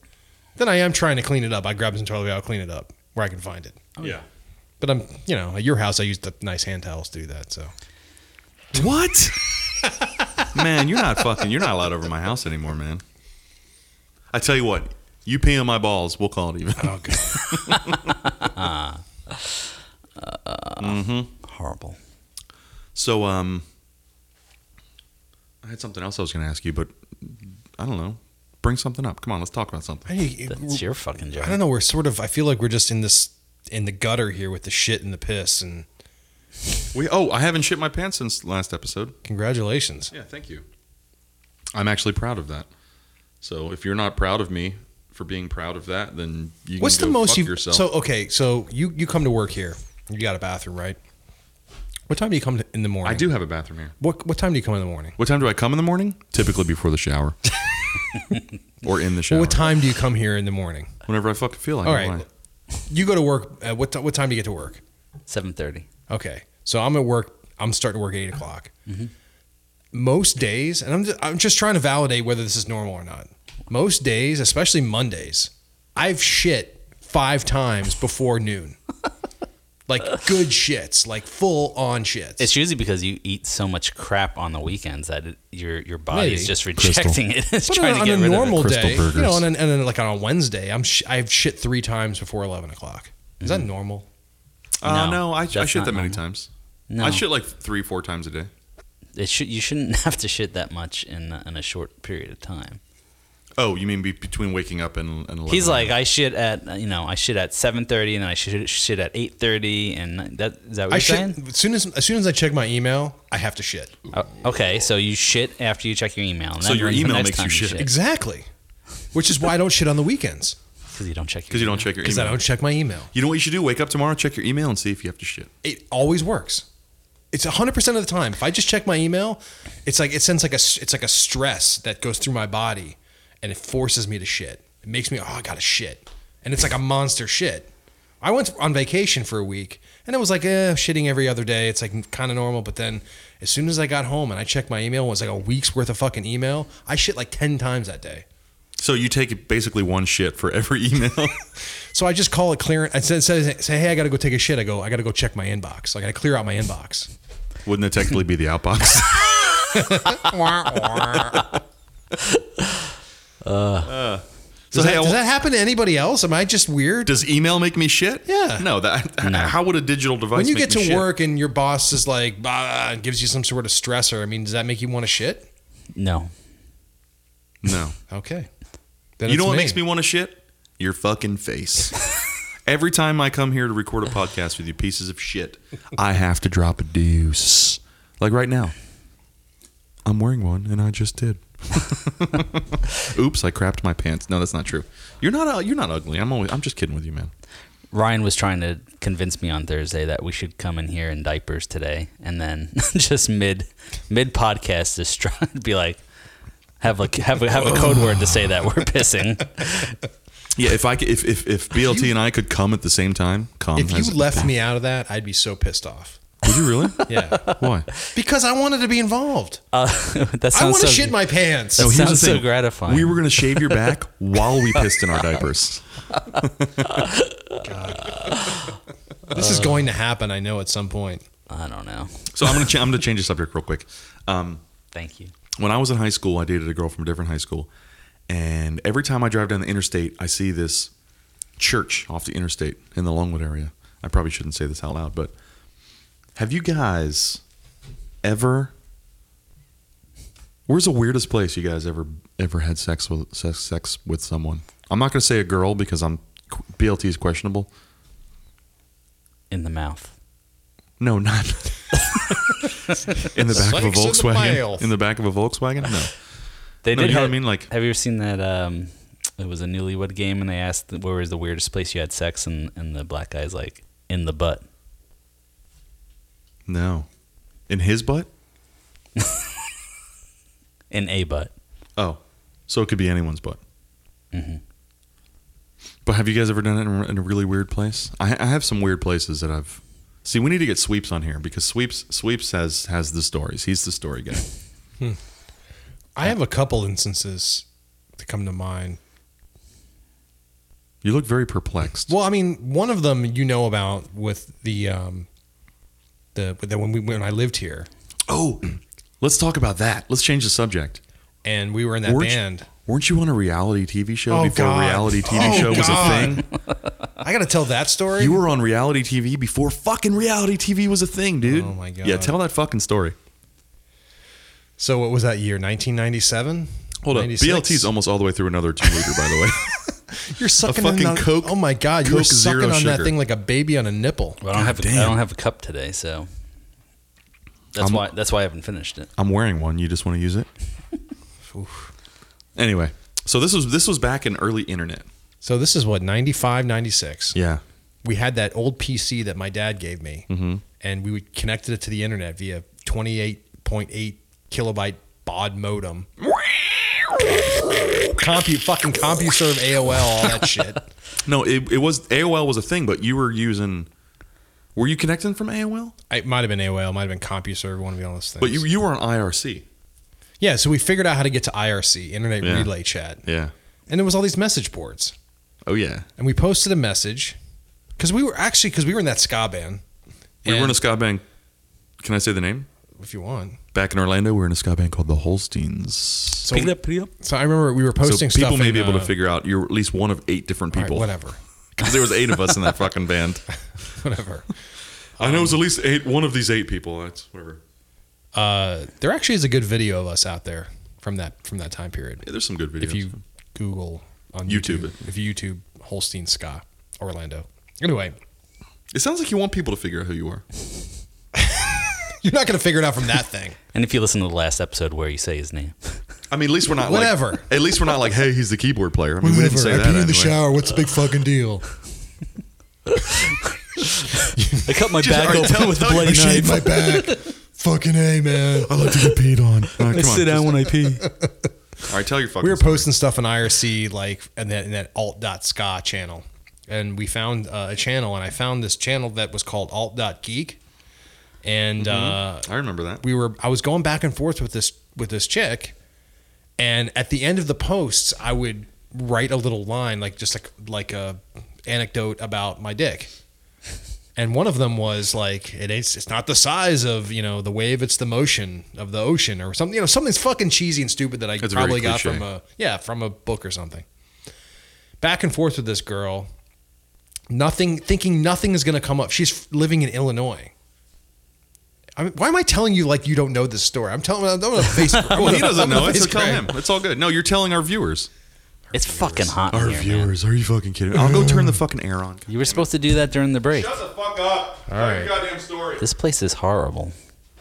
Speaker 2: then I am trying to clean it up. I grab some toilet paper, I'll clean it up where I can find it.
Speaker 1: Yeah.
Speaker 2: But I'm, you know, at your house, I use the nice hand towels to do that. So
Speaker 1: What? man, you're not fucking. You're not allowed over my house anymore, man. I tell you what. You pee on my balls, we'll call it even.
Speaker 2: oh god,
Speaker 3: Horrible.
Speaker 1: So, um, I had something else I was going to ask you, but I don't know. Bring something up. Come on, let's talk about something.
Speaker 2: I,
Speaker 3: That's your fucking job.
Speaker 2: I don't know. We're sort of. I feel like we're just in this in the gutter here with the shit and the piss. And
Speaker 1: We oh, I haven't shit my pants since last episode.
Speaker 2: congratulations.
Speaker 1: Yeah, thank you. I'm actually proud of that. So if you're not proud of me for being proud of that, then you can
Speaker 2: What's
Speaker 1: go
Speaker 2: the most
Speaker 1: fuck
Speaker 2: you?
Speaker 1: yourself.
Speaker 2: So okay, so you you come to work here. You got a bathroom, right? What time do you come to, in the morning?
Speaker 1: I do have a bathroom here.
Speaker 2: What what time do you come in the morning?
Speaker 1: What time do I come in the morning? Typically before the shower. or in the shower.
Speaker 2: What time do you come here in the morning?
Speaker 1: Whenever I fucking feel like
Speaker 2: All
Speaker 1: it.
Speaker 2: right.
Speaker 1: Why?
Speaker 2: You go to work. At what, ti- what time do you get to work?
Speaker 3: Seven thirty.
Speaker 2: Okay. So I'm at work. I'm starting to work at eight o'clock.
Speaker 3: Mm-hmm.
Speaker 2: Most days, and I'm just, I'm just trying to validate whether this is normal or not. Most days, especially Mondays, I've shit five times before noon. like good shits, like full on shits.
Speaker 3: It's usually because you eat so much crap on the weekends that it, your your body
Speaker 2: Maybe.
Speaker 3: is just rejecting it. It's
Speaker 2: but
Speaker 3: trying
Speaker 2: on,
Speaker 3: to get
Speaker 2: on a
Speaker 3: rid
Speaker 2: normal
Speaker 3: of it.
Speaker 1: Crystal
Speaker 2: day, you know,
Speaker 1: burgers.
Speaker 2: and, and then like on a Wednesday, I'm sh- I've shit three times before eleven o'clock. Is
Speaker 3: Mm-hmm.
Speaker 2: that normal?
Speaker 1: Uh, no,
Speaker 3: No,
Speaker 1: I, I
Speaker 3: that's
Speaker 1: shit
Speaker 3: not
Speaker 1: that many
Speaker 3: normal.
Speaker 1: times.
Speaker 3: No,
Speaker 1: I shit like three, four times a day.
Speaker 3: it should you shouldn't have to shit that much in in a short period of time.
Speaker 1: Oh, you mean be between waking up and, and 11
Speaker 3: He's
Speaker 1: a.m.?
Speaker 3: like, I shit at you know, I shit at seven thirty, and then I shit shit at eight thirty, and that is that what
Speaker 2: I
Speaker 3: you're
Speaker 2: shit
Speaker 3: saying?
Speaker 2: as soon as as soon as I check my email, I have to shit.
Speaker 3: Uh, okay, so you shit after you check your email. And
Speaker 1: So
Speaker 3: then
Speaker 1: your
Speaker 3: when's the
Speaker 1: email
Speaker 3: next
Speaker 1: makes you
Speaker 3: time
Speaker 1: shit.
Speaker 2: Exactly. Which is why I don't shit on the weekends
Speaker 3: because you don't check your
Speaker 1: Because you don't check your
Speaker 2: because
Speaker 1: email.
Speaker 2: I don't check my email.
Speaker 1: you know what you should do? Wake up tomorrow, check your email, and see if you have to shit.
Speaker 2: It always works. It's 100% of the time. If I just check my email, it's like it sends like a s- it's like a stress that goes through my body and it forces me to shit. It makes me oh, I got to shit. And it's like a monster shit. I went on vacation for a week and it was like eh, shitting every other day. It's like kind of normal, but then as soon as I got home and I checked my email, it was like a week's worth of fucking email. I shit like 10 times that day.
Speaker 1: So you take basically one shit for every email.
Speaker 2: So I just call it clearance. I said, say, say, hey, I got to go take a shit. I go, I got to go check my inbox. I got to clear out my inbox.
Speaker 1: Wouldn't it technically be the outbox? so
Speaker 2: Does,
Speaker 1: Uh. hey,
Speaker 2: that,
Speaker 1: I
Speaker 2: does
Speaker 1: wa-
Speaker 2: that happen to anybody else? Am I just weird?
Speaker 1: does email make me shit?
Speaker 2: Yeah.
Speaker 1: No, that how would a digital device
Speaker 2: when you
Speaker 1: make
Speaker 2: get to
Speaker 1: me shit?
Speaker 2: work and your boss is like, bah, and gives you some sort of stressor, I mean, does that make you want to shit?
Speaker 3: No,
Speaker 1: No.
Speaker 2: Okay. Then
Speaker 1: You
Speaker 2: it's
Speaker 1: know what makes me want to shit? Your fucking face. Every time I come here to record a podcast with you pieces of shit, I have to drop a deuce. Like right now. I'm wearing one and I just did. Oops, I crapped my pants. No, that's not true. You're not uh, you're not ugly. I'm always I'm just kidding with you, man.
Speaker 3: Ryan was trying to convince me on Thursday that we should come in here in diapers today, and then just mid mid podcast just try to be like have a have a, have a code word to say that we're pissing.
Speaker 1: Yeah, if I c- if if, if BLT and I could come at the same time, come.
Speaker 2: If
Speaker 1: as-
Speaker 2: you left me out of that, I'd be so pissed off.
Speaker 1: would you really?
Speaker 2: Yeah.
Speaker 1: Why?
Speaker 2: because I wanted to be involved.
Speaker 3: Uh, that sounds
Speaker 2: I want
Speaker 3: so
Speaker 2: to shit my pants.
Speaker 3: No,
Speaker 1: But here's
Speaker 3: Sounds
Speaker 1: the
Speaker 3: so
Speaker 1: thing.
Speaker 3: gratifying.
Speaker 1: We were gonna shave your back while we pissed in our diapers.
Speaker 2: this
Speaker 3: uh,
Speaker 2: is going to happen, I know, at some point.
Speaker 3: I don't know.
Speaker 1: So I'm gonna ch- I'm gonna change the subject real quick. Um,
Speaker 3: Thank you.
Speaker 1: when I was in high school, I dated a girl from a different high school, and every time I drive down the interstate, I see this church off the interstate in the Longwood area. I probably shouldn't say this out loud, but have you guys ever? Where's the weirdest place you guys ever ever had sex with sex, sex with someone? I'm not gonna say a girl because I'm BLT is questionable.
Speaker 3: In the mouth.
Speaker 1: No, not in the back of a
Speaker 2: Sex in the
Speaker 1: Volkswagen.
Speaker 2: mouth.
Speaker 1: in the back of a Volkswagen. No.
Speaker 3: They
Speaker 1: No,
Speaker 3: did.
Speaker 1: you know what I
Speaker 3: have-
Speaker 1: mean? Like-
Speaker 3: have you ever seen that? Um, it was a newlywed game, and they asked where was the weirdest place you had sex, and, and the black guy's like in the butt.
Speaker 1: No. In his butt?
Speaker 3: In a butt.
Speaker 1: Mm-hmm. Oh. So it could be anyone's butt. But have you guys ever done it in a- in a really weird place? I, I have some weird places that I've. See, we need to get sweeps on here because sweeps sweeps has has the stories. He's the story guy.
Speaker 2: I have a couple instances that come to mind.
Speaker 1: You look very perplexed.
Speaker 2: Well, I mean, one of them you know about with the um, the that when we when I lived here
Speaker 1: Oh, let's talk about that. Let's change the subject.
Speaker 2: and we were in that
Speaker 1: Weren't you-
Speaker 2: band.
Speaker 1: Weren't you on a reality TV show
Speaker 2: Oh,
Speaker 1: before
Speaker 2: God.
Speaker 1: reality TV
Speaker 2: Oh,
Speaker 1: show was
Speaker 2: God.
Speaker 1: a thing?
Speaker 2: I gotta tell that story.
Speaker 1: You were on reality TV before fucking reality TV was a thing, dude.
Speaker 2: Oh, my God.
Speaker 1: Yeah, tell that fucking story.
Speaker 2: so what was that year? 1997.
Speaker 1: Hold up,
Speaker 2: 96?
Speaker 1: BLT's almost all the way through another two liter, by the way.
Speaker 2: You're sucking
Speaker 1: fucking
Speaker 2: on,
Speaker 1: Coke-
Speaker 2: Oh my god, you were
Speaker 1: Coke
Speaker 2: sucking
Speaker 1: Zero
Speaker 2: on that
Speaker 1: sugar.
Speaker 2: thing like a baby on a nipple.
Speaker 3: Well, I don't have a, I
Speaker 1: damn.
Speaker 3: don't have a cup today, so that's
Speaker 1: I'm-
Speaker 3: why that's why I haven't finished it.
Speaker 1: I'm wearing one. You just want to use it. anyway, so this was this was back in early internet.
Speaker 2: So this is what 95, 96.
Speaker 1: Yeah.
Speaker 2: We had that old PC that my dad gave me,
Speaker 1: Mm-hmm.
Speaker 2: and we would connected it to the internet via 28.8 kilobyte baud modem. Compu fucking CompuServe AOL, all that shit.
Speaker 1: No, it, it was AOL was a thing, but you were using. Were you connecting from AOL?
Speaker 2: It might have been AOL, might have been CompuServe, one of all those things.
Speaker 1: But you you were on IRC.
Speaker 2: yeah, so we figured out how to get to IRC, Internet
Speaker 1: Yeah.
Speaker 2: Relay Chat,
Speaker 1: Yeah.
Speaker 2: and there was all these message boards.
Speaker 1: Oh yeah.
Speaker 2: and we posted a message because we were actually because we were in that ska band.
Speaker 1: We were in
Speaker 2: And-
Speaker 1: a ska band. Can I say the name?
Speaker 2: if you want.
Speaker 1: Back in Orlando, we were in a ska band called the Holsteins.
Speaker 2: So, so I remember we were posting
Speaker 1: so people
Speaker 2: stuff.
Speaker 1: may
Speaker 2: in,
Speaker 1: be able to
Speaker 2: uh,
Speaker 1: figure out you're at least one of eight different
Speaker 2: all right,
Speaker 1: people.
Speaker 2: whatever,
Speaker 1: Because there was eight of us in that fucking band.
Speaker 2: whatever.
Speaker 1: I know it was at least eight. One of these eight people. That's whatever.
Speaker 2: Uh, there actually is a good video of us out there from that from that time period.
Speaker 1: Yeah, there's some good videos.
Speaker 2: If you Google on
Speaker 1: YouTube
Speaker 2: YouTube,
Speaker 1: it.
Speaker 2: if you YouTube Holstein ska Orlando. Anyway,
Speaker 1: it sounds like you want people to figure out who you are.
Speaker 2: you're not gonna figure it out from that thing.
Speaker 3: And if you listen to the last episode where you say his name,
Speaker 1: I mean, at least we're not
Speaker 2: Whatever.
Speaker 1: Like, at least we're not like, hey, he's the keyboard player. I mean, we didn't say that. anyway.
Speaker 2: What's the big fucking deal?
Speaker 3: I cut my
Speaker 1: Just-
Speaker 3: back
Speaker 1: all right,
Speaker 3: open
Speaker 1: tell-
Speaker 3: with a
Speaker 1: tell-
Speaker 3: bloody
Speaker 1: shave
Speaker 3: knife.
Speaker 2: back. fucking a man.
Speaker 1: I like to get peed on. All
Speaker 3: I
Speaker 1: right, come
Speaker 3: sit
Speaker 1: on.
Speaker 3: down when I pee.
Speaker 1: All right, tell your fucking.
Speaker 2: we were posting stuff on IRC like and that in that alt.ska channel. And we found uh, a channel and I found this channel that was called alt.geek. And
Speaker 1: Mm-hmm.
Speaker 2: uh,
Speaker 1: I remember that.
Speaker 2: we were I was going back and forth with this with this chick and at the end of the posts I would write a little line like just like like a anecdote about my dick. And one of them was like, it ain't, it's not the size of, you know, the wave, it's the motion of the ocean or something, you know, something's fucking cheesy and stupid that I
Speaker 1: That's very
Speaker 2: probably got
Speaker 1: cliche.
Speaker 2: from a, yeah, from a book or something. Back and forth with this girl, nothing, thinking nothing is going to come up. She's living in Illinois. I mean, why am I telling you like you don't know this story? I'm telling I'm on a Facebook.
Speaker 1: Well, he doesn't know. It's tell
Speaker 2: Instagram.
Speaker 1: him. It's all good. No, you're telling our viewers.
Speaker 3: It's fucking hot in here, man.
Speaker 1: Are you fucking kidding? me? I'll go turn the fucking air on.
Speaker 3: You were supposed to do that during the break.
Speaker 1: the fuck up. All
Speaker 2: right.
Speaker 1: goddamn story.
Speaker 3: This place is horrible.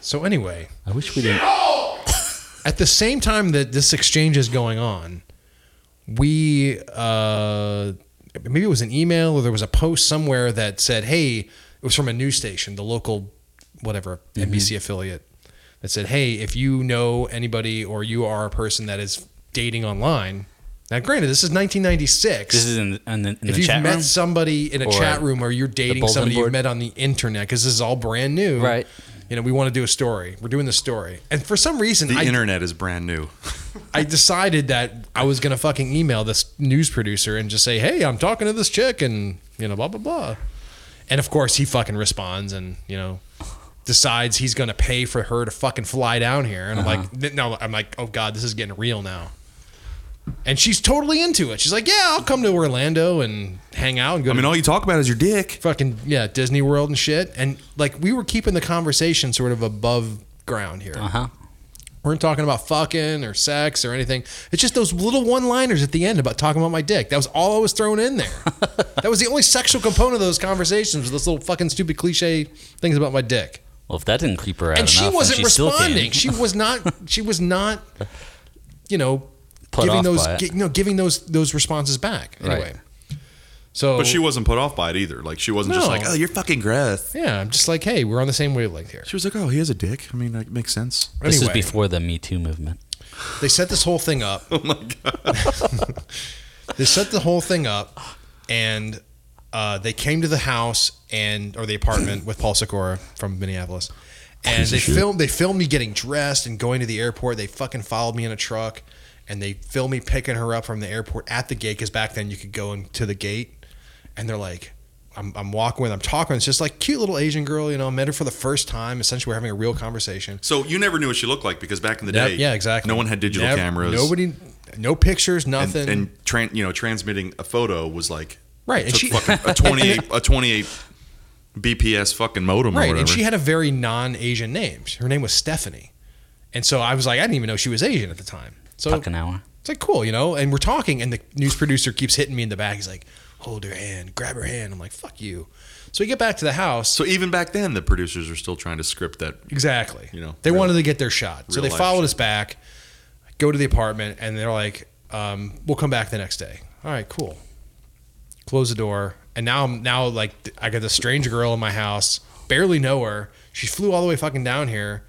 Speaker 2: So anyway,
Speaker 3: I wish we didn't.
Speaker 2: at the same time that this exchange is going on, we uh, maybe it was an email or there was a post somewhere that said, "Hey," it was from a news station, the local whatever
Speaker 3: Mm-hmm.
Speaker 2: NBC affiliate, that said, "Hey, if you know anybody or you are a person that is dating online." Now, granted, this is 1996.
Speaker 3: This is in, in the, in
Speaker 2: if
Speaker 3: the
Speaker 2: you've
Speaker 3: chat
Speaker 2: met
Speaker 3: room.
Speaker 2: somebody in a
Speaker 3: Or
Speaker 2: chat room or you're dating
Speaker 3: bulletin
Speaker 2: somebody you've
Speaker 3: board?
Speaker 2: met on the internet because this is all brand new
Speaker 3: Right.
Speaker 2: you know we want to do a story we're doing the story and for some reason
Speaker 1: The
Speaker 2: I,
Speaker 1: internet is brand new.
Speaker 2: I decided that i was going to fucking email this news producer and just say hey i'm talking to this chick and you know blah blah blah and of course he fucking responds and you know decides he's going to pay for her to fucking fly down here and
Speaker 3: Uh-huh.
Speaker 2: i'm like no i'm like oh god this is getting real now and she's totally into it she's like yeah i'll come to orlando and hang out and go
Speaker 1: I
Speaker 2: to
Speaker 1: mean, all you talk about is your dick.
Speaker 2: fucking yeah Disney World and shit, and like we were keeping the conversation sort of above ground here.
Speaker 3: huh?
Speaker 2: We weren't talking about fucking or sex or anything. It's just those little one-liners at the end about talking about my dick. That was all I was thrown in there. that was the only sexual component of those conversations. Was those little fucking stupid cliche things about my dick.
Speaker 3: Well, if that didn't creep her out
Speaker 2: And she
Speaker 3: enough,
Speaker 2: wasn't
Speaker 3: she still can.
Speaker 2: responding. She was not. She was not. You know,
Speaker 3: Put
Speaker 2: giving
Speaker 3: off
Speaker 2: those
Speaker 3: by it.
Speaker 2: gi- no giving those those responses back
Speaker 3: Right.
Speaker 2: anyway. So,
Speaker 1: But she wasn't put off by it either. Like she wasn't just
Speaker 2: No.
Speaker 1: like, oh, you're fucking gross.
Speaker 2: yeah, I'm just like, hey, we're on the same wavelength here.
Speaker 1: She was like, oh, he has a dick. I mean, that makes sense.
Speaker 3: This is
Speaker 2: Anyway.
Speaker 3: before the Me Too movement.
Speaker 2: They set this whole thing up. oh my god! they set the whole thing up, and uh, they came to the house and or the apartment with Paul Sikora from Minneapolis, and
Speaker 1: Piece of
Speaker 2: they
Speaker 1: shit.
Speaker 2: filmed they filmed me getting dressed and going to the airport. They fucking followed me in a truck, and they filmed me picking her up from the airport at the gate because back then you could go into the gate, and they're like. I'm, I'm walking with, I'm talking. It's just like cute little Asian girl, you know. I met her for the first time. Essentially, we're having a real conversation.
Speaker 1: So you never knew what she looked like because back in the
Speaker 2: Yep,
Speaker 1: day,
Speaker 2: yeah, exactly.
Speaker 1: No one had digital
Speaker 2: Never-
Speaker 1: cameras.
Speaker 2: Nobody, no pictures,
Speaker 1: and,
Speaker 2: nothing.
Speaker 1: and tran- you know transmitting a photo was like
Speaker 2: Right, and
Speaker 1: took
Speaker 2: she-
Speaker 1: fucking a twenty eight a twenty eight BPS fucking modem or
Speaker 2: right,
Speaker 1: whatever.
Speaker 2: and she had a very non-Asian name. Her name was Stephanie, and so I was like, I didn't even know she was Asian at the time. So
Speaker 3: Fucking hour.
Speaker 2: it's like cool, you know. And we're talking, and the news producer keeps hitting me in the back. He's like, "Hold her hand, grab her hand." I'm like, "Fuck you." So we get back to the house.
Speaker 1: so even back then, the producers were still trying to script that.
Speaker 2: Exactly.
Speaker 1: You know,
Speaker 2: they
Speaker 1: real-
Speaker 2: wanted to get their shot, so
Speaker 1: real
Speaker 2: they
Speaker 1: life
Speaker 2: followed
Speaker 1: shit.
Speaker 2: us back. Go to the apartment, and they're like, um, "We'll come back the next day." All right, cool. Close the door, and now I'm now like th- I got this strange girl in my house, barely know her. She flew all the way fucking down here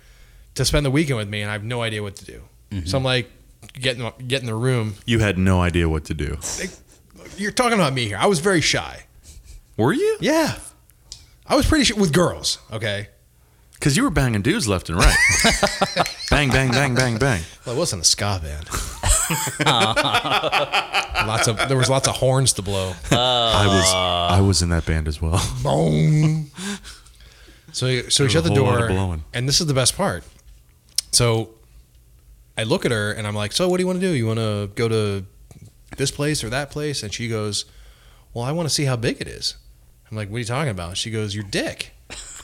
Speaker 2: to spend the weekend with me, and I have no idea what to do.
Speaker 1: Mm-hmm.
Speaker 2: So I'm like, get in, the- get in the room.
Speaker 1: You had no idea what to do.
Speaker 2: You're talking about me here. I was very shy.
Speaker 1: Were you?
Speaker 2: Yeah, I was pretty shy with girls. Okay,
Speaker 1: Because you were banging dudes left and right. bang, bang, bang, bang, bang.
Speaker 2: Well, it wasn't a ska band. lots of there was lots of horns to blow.
Speaker 1: I was I was in that band as well.
Speaker 2: Boom. So so we
Speaker 1: was
Speaker 2: shut
Speaker 1: a
Speaker 2: the
Speaker 1: whole lot of
Speaker 2: door,
Speaker 1: blowing.
Speaker 2: and this is the best part. So I look at her and I'm like, "So what do you want to do? You want to go to this place or that place?" And she goes, "Well, I want to see how big it is." I'm like, "What are you talking about?" She goes, "Your dick."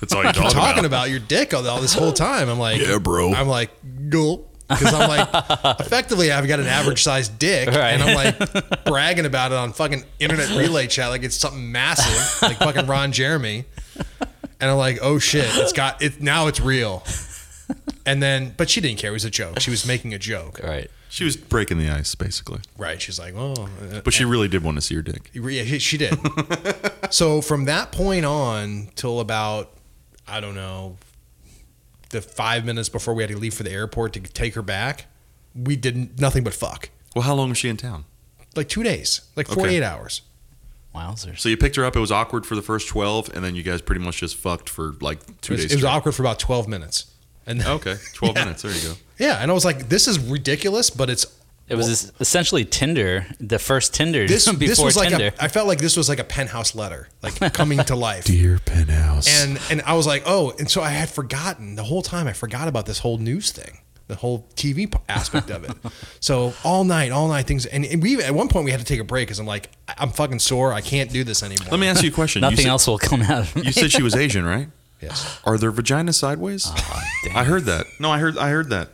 Speaker 1: That's all you're talking,
Speaker 2: talking
Speaker 1: about.
Speaker 2: about your dick all, all this whole time. I'm like,
Speaker 1: Yeah, bro.
Speaker 2: I'm like, gulp. Because I'm like, effectively, I've got an average sized dick,
Speaker 3: Right.
Speaker 2: and I'm like bragging about it on fucking internet relay chat like it's something massive, like fucking Ron Jeremy. And I'm like, oh shit, it's got it now. It's real. And then, but she didn't care. It was a joke. She was making a joke,
Speaker 3: All right.
Speaker 1: She was breaking the ice basically,
Speaker 2: right? She's like, oh, uh,
Speaker 1: but she really did want to see your dick.
Speaker 2: yeah, she- she did. so from that point on till about I don't know the five minutes before we had to leave for the airport to take her back, we did nothing but fuck.
Speaker 1: Well, how long was she in town?
Speaker 2: Like two days, like forty eight hours.
Speaker 3: Wowzers.
Speaker 1: So you picked her up. It was awkward for the first twelve, and then you guys pretty much just fucked for like
Speaker 2: It
Speaker 1: two
Speaker 2: was,
Speaker 1: days.
Speaker 2: it was
Speaker 1: straight.
Speaker 2: awkward for about twelve minutes, and then,
Speaker 1: Okay, twelve minutes. There you go.
Speaker 2: yeah, and I was like, this is ridiculous, but it's
Speaker 3: It was es- essentially Tinder, the first Tinder
Speaker 2: this.
Speaker 3: before
Speaker 2: this was like
Speaker 3: Tinder.
Speaker 2: a, I felt like this was like a penthouse letter, like coming to life.
Speaker 1: Dear penthouse.
Speaker 2: and and I was like, oh, and so I had forgotten the whole time. I forgot about this whole news thing, the whole TV p- aspect of it. so all night, all night things, and, and we at one point we had to take a break because I'm like, I- I'm fucking sore. I can't do this anymore.
Speaker 1: Let me ask you a question.
Speaker 3: Nothing
Speaker 1: you said,
Speaker 3: else will come out of me.
Speaker 1: You said she was Asian, right?
Speaker 2: Yes.
Speaker 1: Are their vaginas sideways? I heard that. No, I heard. I heard that.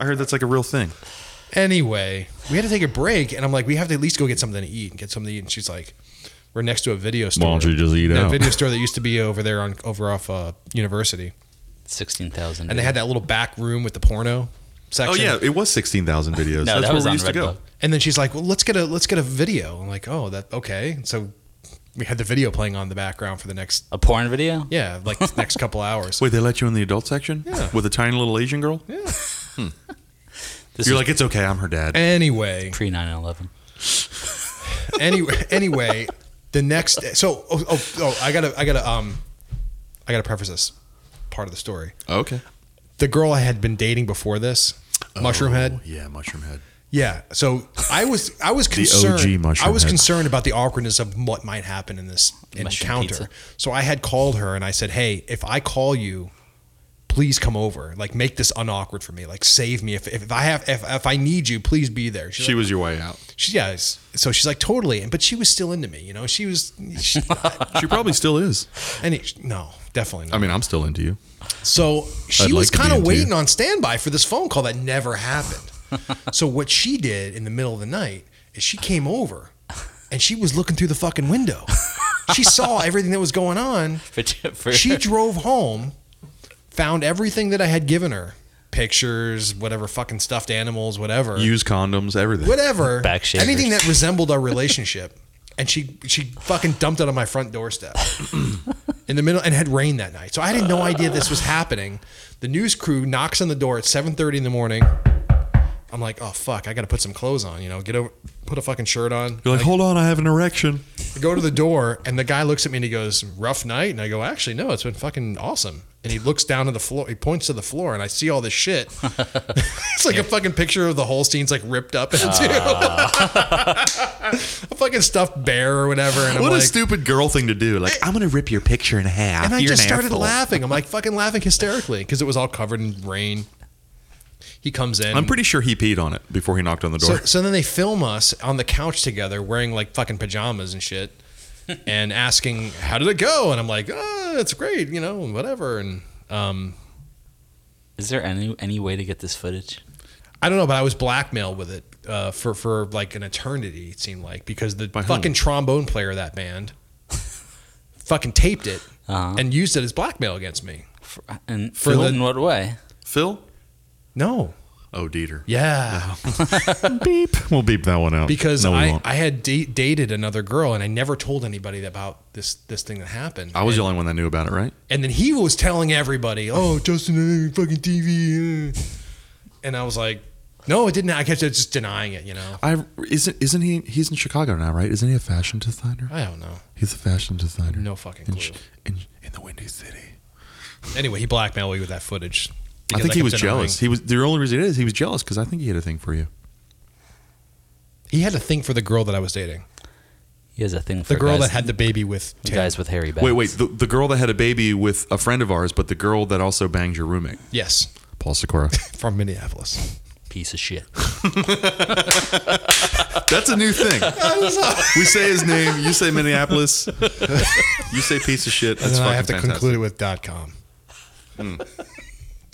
Speaker 1: I heard that's like a real thing.
Speaker 2: Anyway, we had to take a break, and I'm like, we have to at least go get something to eat and get something to eat. And she's like, we're next to a video store.
Speaker 1: don't you just eat
Speaker 2: a
Speaker 1: out?
Speaker 2: video store that used to be over there on over off uh, University,
Speaker 3: 16,000.
Speaker 2: and they had that little back room with the porno
Speaker 1: Oh
Speaker 2: section.
Speaker 1: yeah, it was sixteen thousand videos.
Speaker 3: No,
Speaker 1: that's
Speaker 3: that was
Speaker 1: where we
Speaker 3: on
Speaker 1: used to go.
Speaker 3: Redbubble.
Speaker 2: And then she's like, "Well, let's get a let's get a video." I'm like, "Oh, that okay." So we had the video playing on the background for the next
Speaker 3: A porn video?
Speaker 2: yeah, like the next couple hours.
Speaker 1: Wait, they let you in the adult section
Speaker 2: Yeah.
Speaker 1: with a tiny little Asian girl.
Speaker 2: Yeah.
Speaker 3: This
Speaker 1: You're
Speaker 3: was
Speaker 1: like, it's okay. I'm her dad.
Speaker 2: Anyway,
Speaker 3: pre 9 11.
Speaker 2: anyway, anyway, the next so oh, oh, oh I gotta I gotta um I gotta preface this part of the story.
Speaker 1: Oh, okay.
Speaker 2: The girl I had been dating before this,
Speaker 1: Oh,
Speaker 2: Mushroom Head,
Speaker 1: Yeah, mushroom head.
Speaker 2: Yeah. So I was I was concerned.
Speaker 1: OG mushroom
Speaker 2: I was
Speaker 1: head.
Speaker 2: concerned about the awkwardness of what might happen in this
Speaker 3: Mushroom
Speaker 2: encounter.
Speaker 3: pizza.
Speaker 2: So I had called her and I said, "Hey, if I call you, please come over. Like, make this unawkward for me. Like, save me. If if I have if, if I need you, please be there." She's
Speaker 1: She
Speaker 2: like,
Speaker 1: was your way out.
Speaker 2: she, yeah. s- So she's like, "Totally." And but she was still into me. You know, she was. She,
Speaker 1: She probably still is.
Speaker 2: and it, no, definitely
Speaker 1: I
Speaker 2: not.
Speaker 1: mean, I'm still into you.
Speaker 2: So she
Speaker 1: I'd like
Speaker 2: was
Speaker 1: to be
Speaker 2: kind of
Speaker 1: into
Speaker 2: waiting
Speaker 1: you.
Speaker 2: on standby for this phone call that never happened. so what she did in the middle of the night is she came over and she was looking through the fucking window. She saw everything that was going on.
Speaker 3: For, for,
Speaker 2: She drove home, found everything that I had given her. Pictures, whatever fucking stuffed animals, whatever
Speaker 1: Use condoms, everything.
Speaker 2: whatever
Speaker 3: Back shavers.
Speaker 2: anything that resembled our relationship and she she fucking dumped it on my front doorstep in the middle and it had rain that night so i had no idea this was happening the news crew knocks on the door at 7.30 in the morning i'm like oh fuck i gotta put some clothes on you know get over put a fucking shirt on
Speaker 1: You're like, hold on, I have an erection.
Speaker 2: I go to the door, and the guy looks at me and he goes, "Rough night." And I go, "Actually, no, it's been fucking awesome." And he looks down to the floor. He points to the floor, and I see all this shit. it's like a fucking picture of the Holstein's like ripped up into
Speaker 1: Ah.
Speaker 2: a fucking stuffed bear or whatever. And I'm
Speaker 1: What a
Speaker 2: like, Eh.
Speaker 1: stupid girl thing to do. Like, I'm going to rip your picture in half.
Speaker 2: and I
Speaker 1: You're
Speaker 2: just
Speaker 1: an
Speaker 2: started
Speaker 1: asshole.
Speaker 2: laughing. I'm like fucking laughing hysterically because it was all covered in rain. He comes in.
Speaker 1: I'm pretty sure he peed on it before he knocked on the
Speaker 2: So,
Speaker 1: door.
Speaker 2: so then they film us on the couch together wearing like fucking pajamas and shit and asking, how did it go? And I'm like, oh, it's great, you know, and whatever. And um,
Speaker 3: Is there any any way to get this footage?
Speaker 2: I don't know, but I was blackmailed with it uh, for, for like an eternity, it seemed like, because the
Speaker 1: whom?
Speaker 2: fucking trombone player of that band fucking taped it
Speaker 3: Uh-huh.
Speaker 2: and used it as blackmail against me.
Speaker 3: For, and
Speaker 2: For
Speaker 3: for
Speaker 2: the-
Speaker 3: in what way?
Speaker 1: Phil?
Speaker 2: No.
Speaker 1: Oh, Dieter.
Speaker 2: Yeah.
Speaker 1: Beep. We'll beep that one out.
Speaker 2: Because
Speaker 1: no, we
Speaker 2: I,
Speaker 1: won't.
Speaker 2: I had da- dated another girl and I never told anybody about this, this thing that happened.
Speaker 1: I was
Speaker 2: And-
Speaker 1: the only one that knew about it, right?
Speaker 2: And then he was telling everybody, "Oh, Justin, uh, fucking TV," uh." and I was like, "No, it didn't." I kept just denying it, you know.
Speaker 1: I isn't isn't he? He's in Chicago now, right? Isn't he a fashion designer?
Speaker 2: I don't know.
Speaker 1: He's a fashion designer.
Speaker 2: No fucking
Speaker 1: in,
Speaker 2: clue.
Speaker 1: Ch- in, in the Windy City.
Speaker 2: Anyway, he blackmailed me with that footage.
Speaker 1: I
Speaker 2: because
Speaker 1: think he
Speaker 2: kept
Speaker 1: was
Speaker 2: denying-
Speaker 1: jealous. He was the only reason it is he was jealous because I think he had a thing for you.
Speaker 2: He had a thing for the girl that I was dating,
Speaker 3: He has a thing for
Speaker 2: the girl
Speaker 3: guys,
Speaker 2: that had the baby with Tim.
Speaker 3: guys with hairy backs.
Speaker 1: Wait, wait. The, the girl that had a baby with a friend of ours, but the girl that also banged your roommate,
Speaker 2: Yes,
Speaker 1: Paul Sikora.
Speaker 2: from Minneapolis.
Speaker 3: piece of shit.
Speaker 1: That's a new thing. we say his name. You say Minneapolis. You say piece of shit.
Speaker 2: And
Speaker 1: That's
Speaker 2: then I
Speaker 1: fucking
Speaker 2: have to
Speaker 1: fantastic.
Speaker 2: conclude it with dot .com.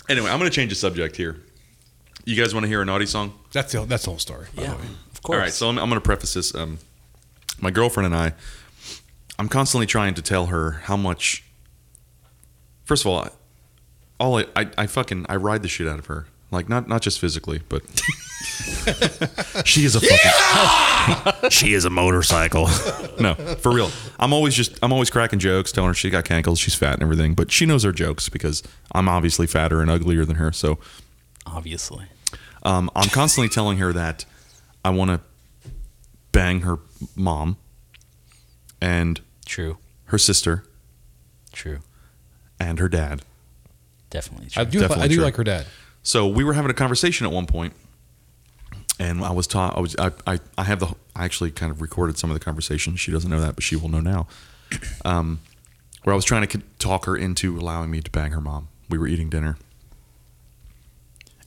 Speaker 1: Anyway, I'm going to change the subject here. You guys want to hear a naughty song?
Speaker 2: That's the that's the whole story.
Speaker 3: Yeah, of course.
Speaker 1: All right, so I'm, I'm going to preface this. Um, my girlfriend and I, I'm constantly trying to tell her how much. First of all, I- all I, I, I fucking I ride the shit out of her, like not not just physically, but she is a fucking she is a motorcycle. no, for real. I'm always just I'm always cracking jokes, telling her she got cankles, she's fat and everything, but she knows her jokes because I'm obviously fatter and uglier than her, so
Speaker 3: obviously,
Speaker 1: um, I'm constantly telling her that I want to bang her mom and
Speaker 3: true,
Speaker 1: her sister
Speaker 3: true,
Speaker 1: and her dad.
Speaker 3: definitely true.
Speaker 2: I do
Speaker 1: Definitely
Speaker 2: I do
Speaker 1: true.
Speaker 2: like her dad.
Speaker 1: So we were having a conversation at one point, and I was taught. I was. I. I, I have the. I actually kind of recorded some of the conversation. She doesn't know that, but she will know now. Um, where I was trying to c- talk her into allowing me to bang her mom. We were eating dinner,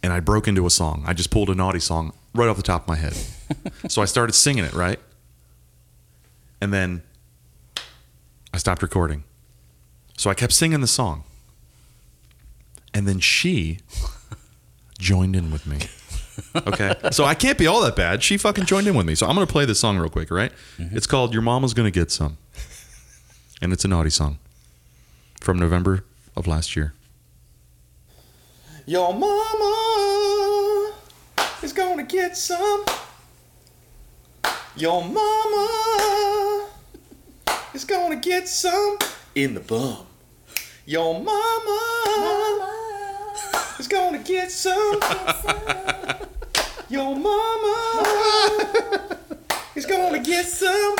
Speaker 1: and I broke into a song. I just pulled a naughty song right off the top of my head. so I started singing it right, and then I stopped recording. So I kept singing the song, and then she joined in with me. Okay. so I can't be all that bad. She fucking joined in with me. So I'm going to play this song real quick, all right? It's called Your Mama's Gonna Get Some. And it's a naughty song from November of last year.
Speaker 4: Your mama is gonna get some. Your mama is gonna get some in the bum. Your mama is gonna get some. Your mama is gonna get some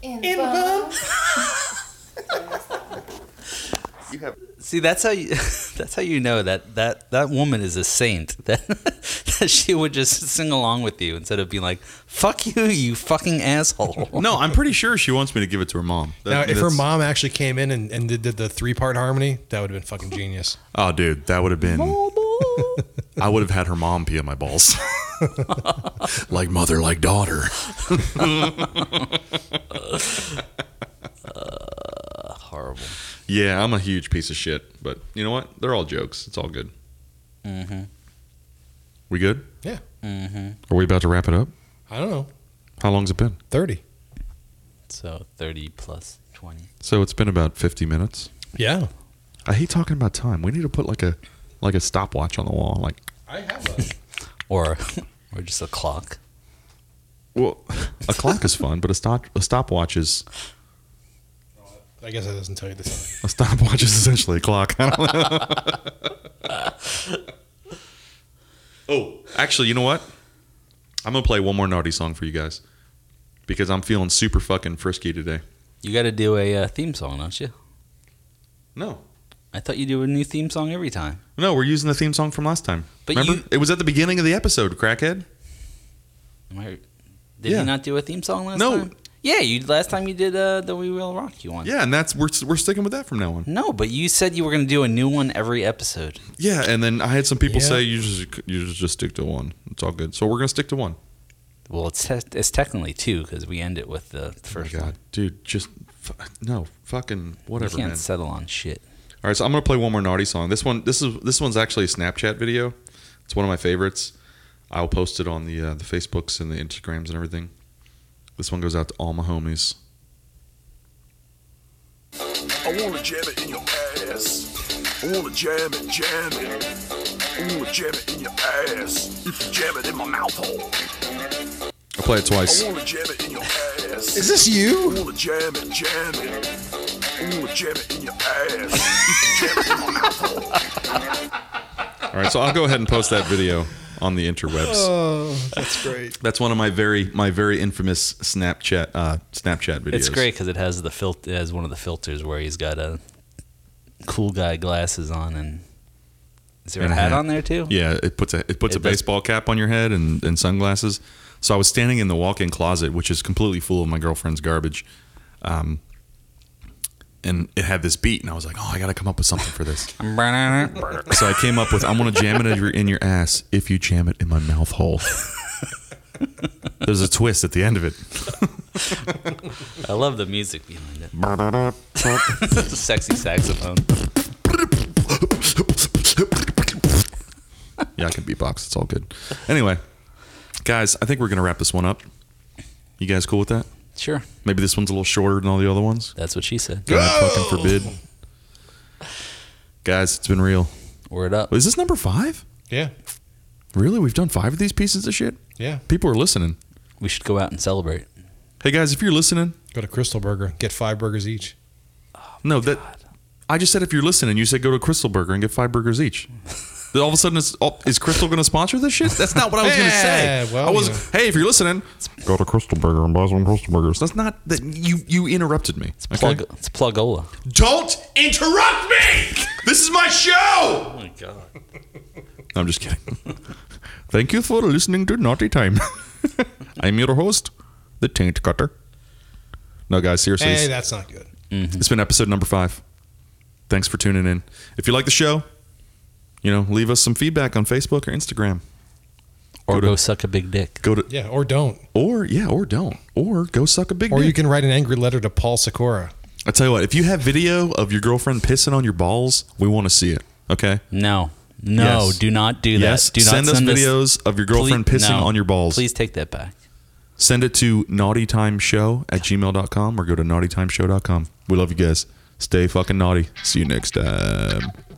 Speaker 5: In,
Speaker 4: in the bum. You have
Speaker 3: See, that's how you. That's how you know that that that woman is a saint. That that she would just sing along with you instead of being like, "Fuck you, you fucking asshole."
Speaker 1: No, I'm pretty sure she wants me to give it to her mom. That-
Speaker 2: Now, if her
Speaker 1: that's-
Speaker 2: mom actually came in and, and did, did the three part harmony, that would have been fucking genius.
Speaker 1: Oh, dude, that would have been. I would have had her mom pee on my balls. like mother, like daughter.
Speaker 3: Horrible.
Speaker 1: Yeah, I'm a huge piece of shit. But you know what? They're all jokes. It's all good.
Speaker 3: Mm-hmm.
Speaker 1: We good?
Speaker 2: Yeah.
Speaker 3: Mm-hmm.
Speaker 1: Are we about to wrap it up?
Speaker 2: I don't know.
Speaker 1: How long's it been?
Speaker 2: Thirty.
Speaker 3: So thirty plus twenty.
Speaker 1: So it's been about 50 minutes.
Speaker 2: Yeah.
Speaker 1: I hate talking about time. We need to put like a like a stopwatch on the wall. Like,
Speaker 2: I have a
Speaker 3: or or just a clock.
Speaker 1: well, a clock is fun, but a stop a stopwatch is
Speaker 2: I guess that doesn't tell you the time.
Speaker 1: a stopwatch is essentially a clock. I don't know. oh, actually, you know what? I'm gonna play one more naughty song for you guys. because I'm feeling super fucking frisky today.
Speaker 3: You got to do a uh, theme song, don't you?
Speaker 1: No.
Speaker 3: I thought you do a new theme song every time.
Speaker 1: No, we're using the theme song from last time.
Speaker 3: But
Speaker 1: Remember?
Speaker 3: you-
Speaker 1: it was at the beginning of the episode, crackhead.
Speaker 3: Am I, did
Speaker 1: Yeah.
Speaker 3: you not do a theme song last
Speaker 1: No.
Speaker 3: time? Yeah, you last time you did uh, the We Will Rock You one.
Speaker 1: Yeah, and that's we're we're sticking with that from now on.
Speaker 3: No, but you said you were going to do a new one every episode.
Speaker 1: Yeah, and then I had some people
Speaker 2: Yeah.
Speaker 1: say you just you just- just stick to one. It's all good. So we're gonna stick to one.
Speaker 3: Well, it's te- it's technically two because we end it with
Speaker 1: Oh
Speaker 3: the first one.
Speaker 1: dude, just f- no fucking
Speaker 3: You
Speaker 1: whatever,
Speaker 3: can't
Speaker 1: man.
Speaker 3: settle on shit.
Speaker 1: All right, so I'm gonna play one more naughty song. This one, this is this one's actually a Snapchat video. It's one of my favorites. I'll post it on the uh, the Facebooks and the Instagrams and everything. This one goes out to all my homies.
Speaker 5: I wanna jam it in your ass. I wanna jam it, jam it. I wanna jam it in your ass. If you jam it in my mouth hole.
Speaker 1: I'll play it twice.
Speaker 5: I wanna jam it in your ass.
Speaker 2: Is this you?
Speaker 5: I wanna jam it, jam it. I wanna jam it in your ass. If you jam it in my mouth hole.
Speaker 1: All right, so I'll go ahead and post that video on the interwebs.
Speaker 2: Oh, that's great.
Speaker 1: That's one of my very my very infamous Snapchat uh, Snapchat videos.
Speaker 3: It's great because it has the fil- it has one of the filters where he's got a cool guy glasses on and is there
Speaker 1: And
Speaker 3: a
Speaker 1: a
Speaker 3: hat,
Speaker 1: hat.
Speaker 3: on there too?
Speaker 1: Yeah, it puts a it puts
Speaker 3: It
Speaker 1: a
Speaker 3: does-
Speaker 1: baseball cap on your head and, and sunglasses. So I was standing in the walk-in closet, which is completely full of my girlfriend's garbage, um, and it had this beat, and I was like, "Oh, I got to come up with something for this." so I came up with, "I'm gonna jam it in your, in your ass if you jam it in my mouth hole." There's a twist at the end of it.
Speaker 3: I love the music behind it. Sexy saxophone.
Speaker 1: Yeah, I can beatbox. It's all good. Anyway, guys, I think we're gonna wrap this one up. You guys cool with that?
Speaker 3: Sure,
Speaker 1: Maybe this one's a little shorter than all the other ones.
Speaker 3: that's what she said.
Speaker 1: God fucking forbid. Guys, it's been real.
Speaker 3: Word up.
Speaker 1: Is this number five?
Speaker 2: Yeah,
Speaker 1: Really? We've done five of these pieces of shit?
Speaker 2: yeah.
Speaker 1: People are listening.
Speaker 3: We should go out and celebrate.
Speaker 1: Hey guys, if you're listening,
Speaker 2: Go to Crystal Burger. Get five burgers each.
Speaker 1: no, that I just said if you're listening, you said go to Crystal Burger and get five burgers each. Then all of a sudden, it's, oh, is Crystal going to sponsor this shit? That's not what I was going to say.
Speaker 2: Yeah, well,
Speaker 1: I was,
Speaker 2: you know.
Speaker 1: hey, if you're listening, go to Crystal Burger and buy some Crystal Burgers. That's not that you you interrupted me.
Speaker 3: It's,
Speaker 1: okay?
Speaker 3: plug- it's plugola.
Speaker 1: Don't interrupt me. This is my show.
Speaker 3: Oh my god.
Speaker 1: I'm just kidding. Thank you for listening to Naughty Time. I'm your host, the Taint Cutter. No, guys, seriously,
Speaker 2: Hey,
Speaker 1: it's-
Speaker 2: that's not good.
Speaker 1: it's been episode number five. Thanks for tuning in. If you like the show, you know, leave us some feedback on Facebook or Instagram.
Speaker 3: Or
Speaker 1: Go to-
Speaker 3: go suck a big dick.
Speaker 1: Go to
Speaker 2: Yeah, or don't.
Speaker 1: or yeah, or don't or go suck a big.
Speaker 2: Or
Speaker 1: dick.
Speaker 2: you can write an angry letter to Paul Sikora.
Speaker 1: I tell you what, if you have video of your girlfriend pissing on your balls, we want to see it. Okay.
Speaker 3: No. No,
Speaker 1: Yes.
Speaker 3: do not do that.
Speaker 1: yes.
Speaker 3: Do not
Speaker 1: send, us videos of your girlfriend
Speaker 3: Please-
Speaker 1: pissing
Speaker 3: no.
Speaker 1: on your balls.
Speaker 3: Please take that back.
Speaker 1: send it to naughtytimeshow at gmail.com or go to naughtytimeshow.com. We love you guys. Stay fucking naughty. See you next time.